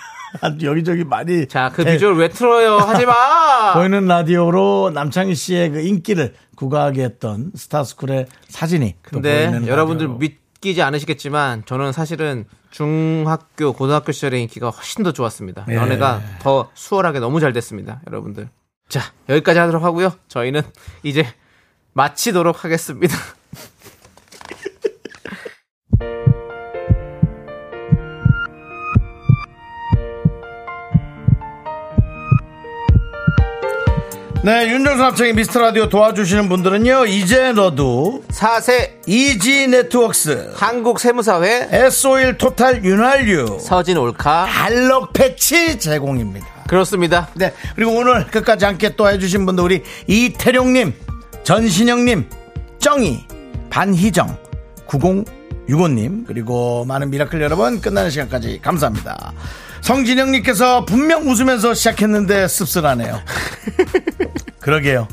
Speaker 7: 아주 여기저기 많이
Speaker 2: 자, 그
Speaker 7: 대-
Speaker 2: 비주얼 왜 틀어요? 하지 마!
Speaker 7: 네. 보이는 라디오로 남창희 씨의 그 인기를 구가하게 했던 스타스쿨의 사진이 또
Speaker 2: 근데
Speaker 7: 보이는
Speaker 2: 네, 여러분들
Speaker 7: 라디오로.
Speaker 2: 믿기지 않으시겠지만 저는 사실은 중학교, 고등학교 시절의 인기가 훨씬 더 좋았습니다.
Speaker 7: 예.
Speaker 2: 연애가 더 수월하게 너무 잘 됐습니다. 여러분들. 자, 여기까지 하도록 하고요. 저희는 이제 마치도록 하겠습니다.
Speaker 7: 네 윤정수 합창의 미스터 라디오 도와주시는 분들은요 이제 너도
Speaker 2: 4세
Speaker 7: 이지 네트웍스
Speaker 2: 한국세무사회
Speaker 7: S5일 토탈 윤활유
Speaker 2: 서진 올카.
Speaker 7: 알록 패치 제공입니다.
Speaker 2: 그렇습니다.
Speaker 7: 네. 그리고 오늘 끝까지 함께 또 해주신 분들 우리 이태룡님, 전신영님, 정희, 반희정, 9065님, 그리고 많은 미라클 여러분 끝나는 시간까지 감사합니다. 성진영님께서 분명 웃으면서 시작했는데 씁쓸하네요. 그러게요.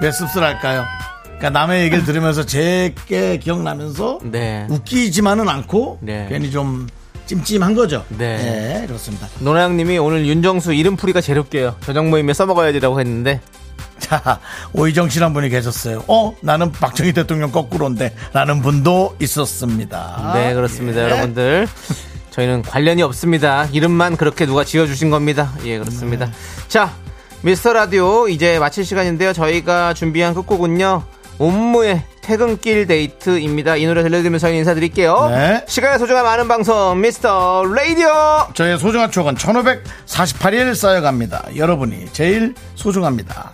Speaker 7: 왜 씁쓸할까요? 그러니까 남의 얘기를 들으면서 제게 기억나면서
Speaker 2: 네.
Speaker 7: 웃기지만은 않고
Speaker 2: 네.
Speaker 7: 괜히 좀 찜찜한 거죠.
Speaker 2: 네.
Speaker 7: 네 그렇습니다.
Speaker 2: 노나영님이 오늘 윤정수 이름풀이가 제롭게요. 저녁 모임에 써먹어야지라고 했는데
Speaker 7: 자, 오희정 씨란 분이 계셨어요. 어, 나는 박정희 대통령 거꾸로인데 라는 분도 있었습니다.
Speaker 2: 네, 그렇습니다,
Speaker 7: 예.
Speaker 2: 여러분들. 저희는 관련이 없습니다. 이름만 그렇게 누가 지어주신 겁니다. 예,
Speaker 7: 네.
Speaker 2: 그렇습니다. 자, 미스터 라디오 이제 마칠 시간인데요. 저희가 준비한 끝곡은요. 옴무의 퇴근길 데이트입니다. 이 노래 들려드리면서 저희 인사드릴게요.
Speaker 7: 네.
Speaker 2: 시간의 소중함 많은 방송, 미스터 라디오!
Speaker 7: 저의 소중한 추억은 1548일 쌓여갑니다. 여러분이 제일 소중합니다.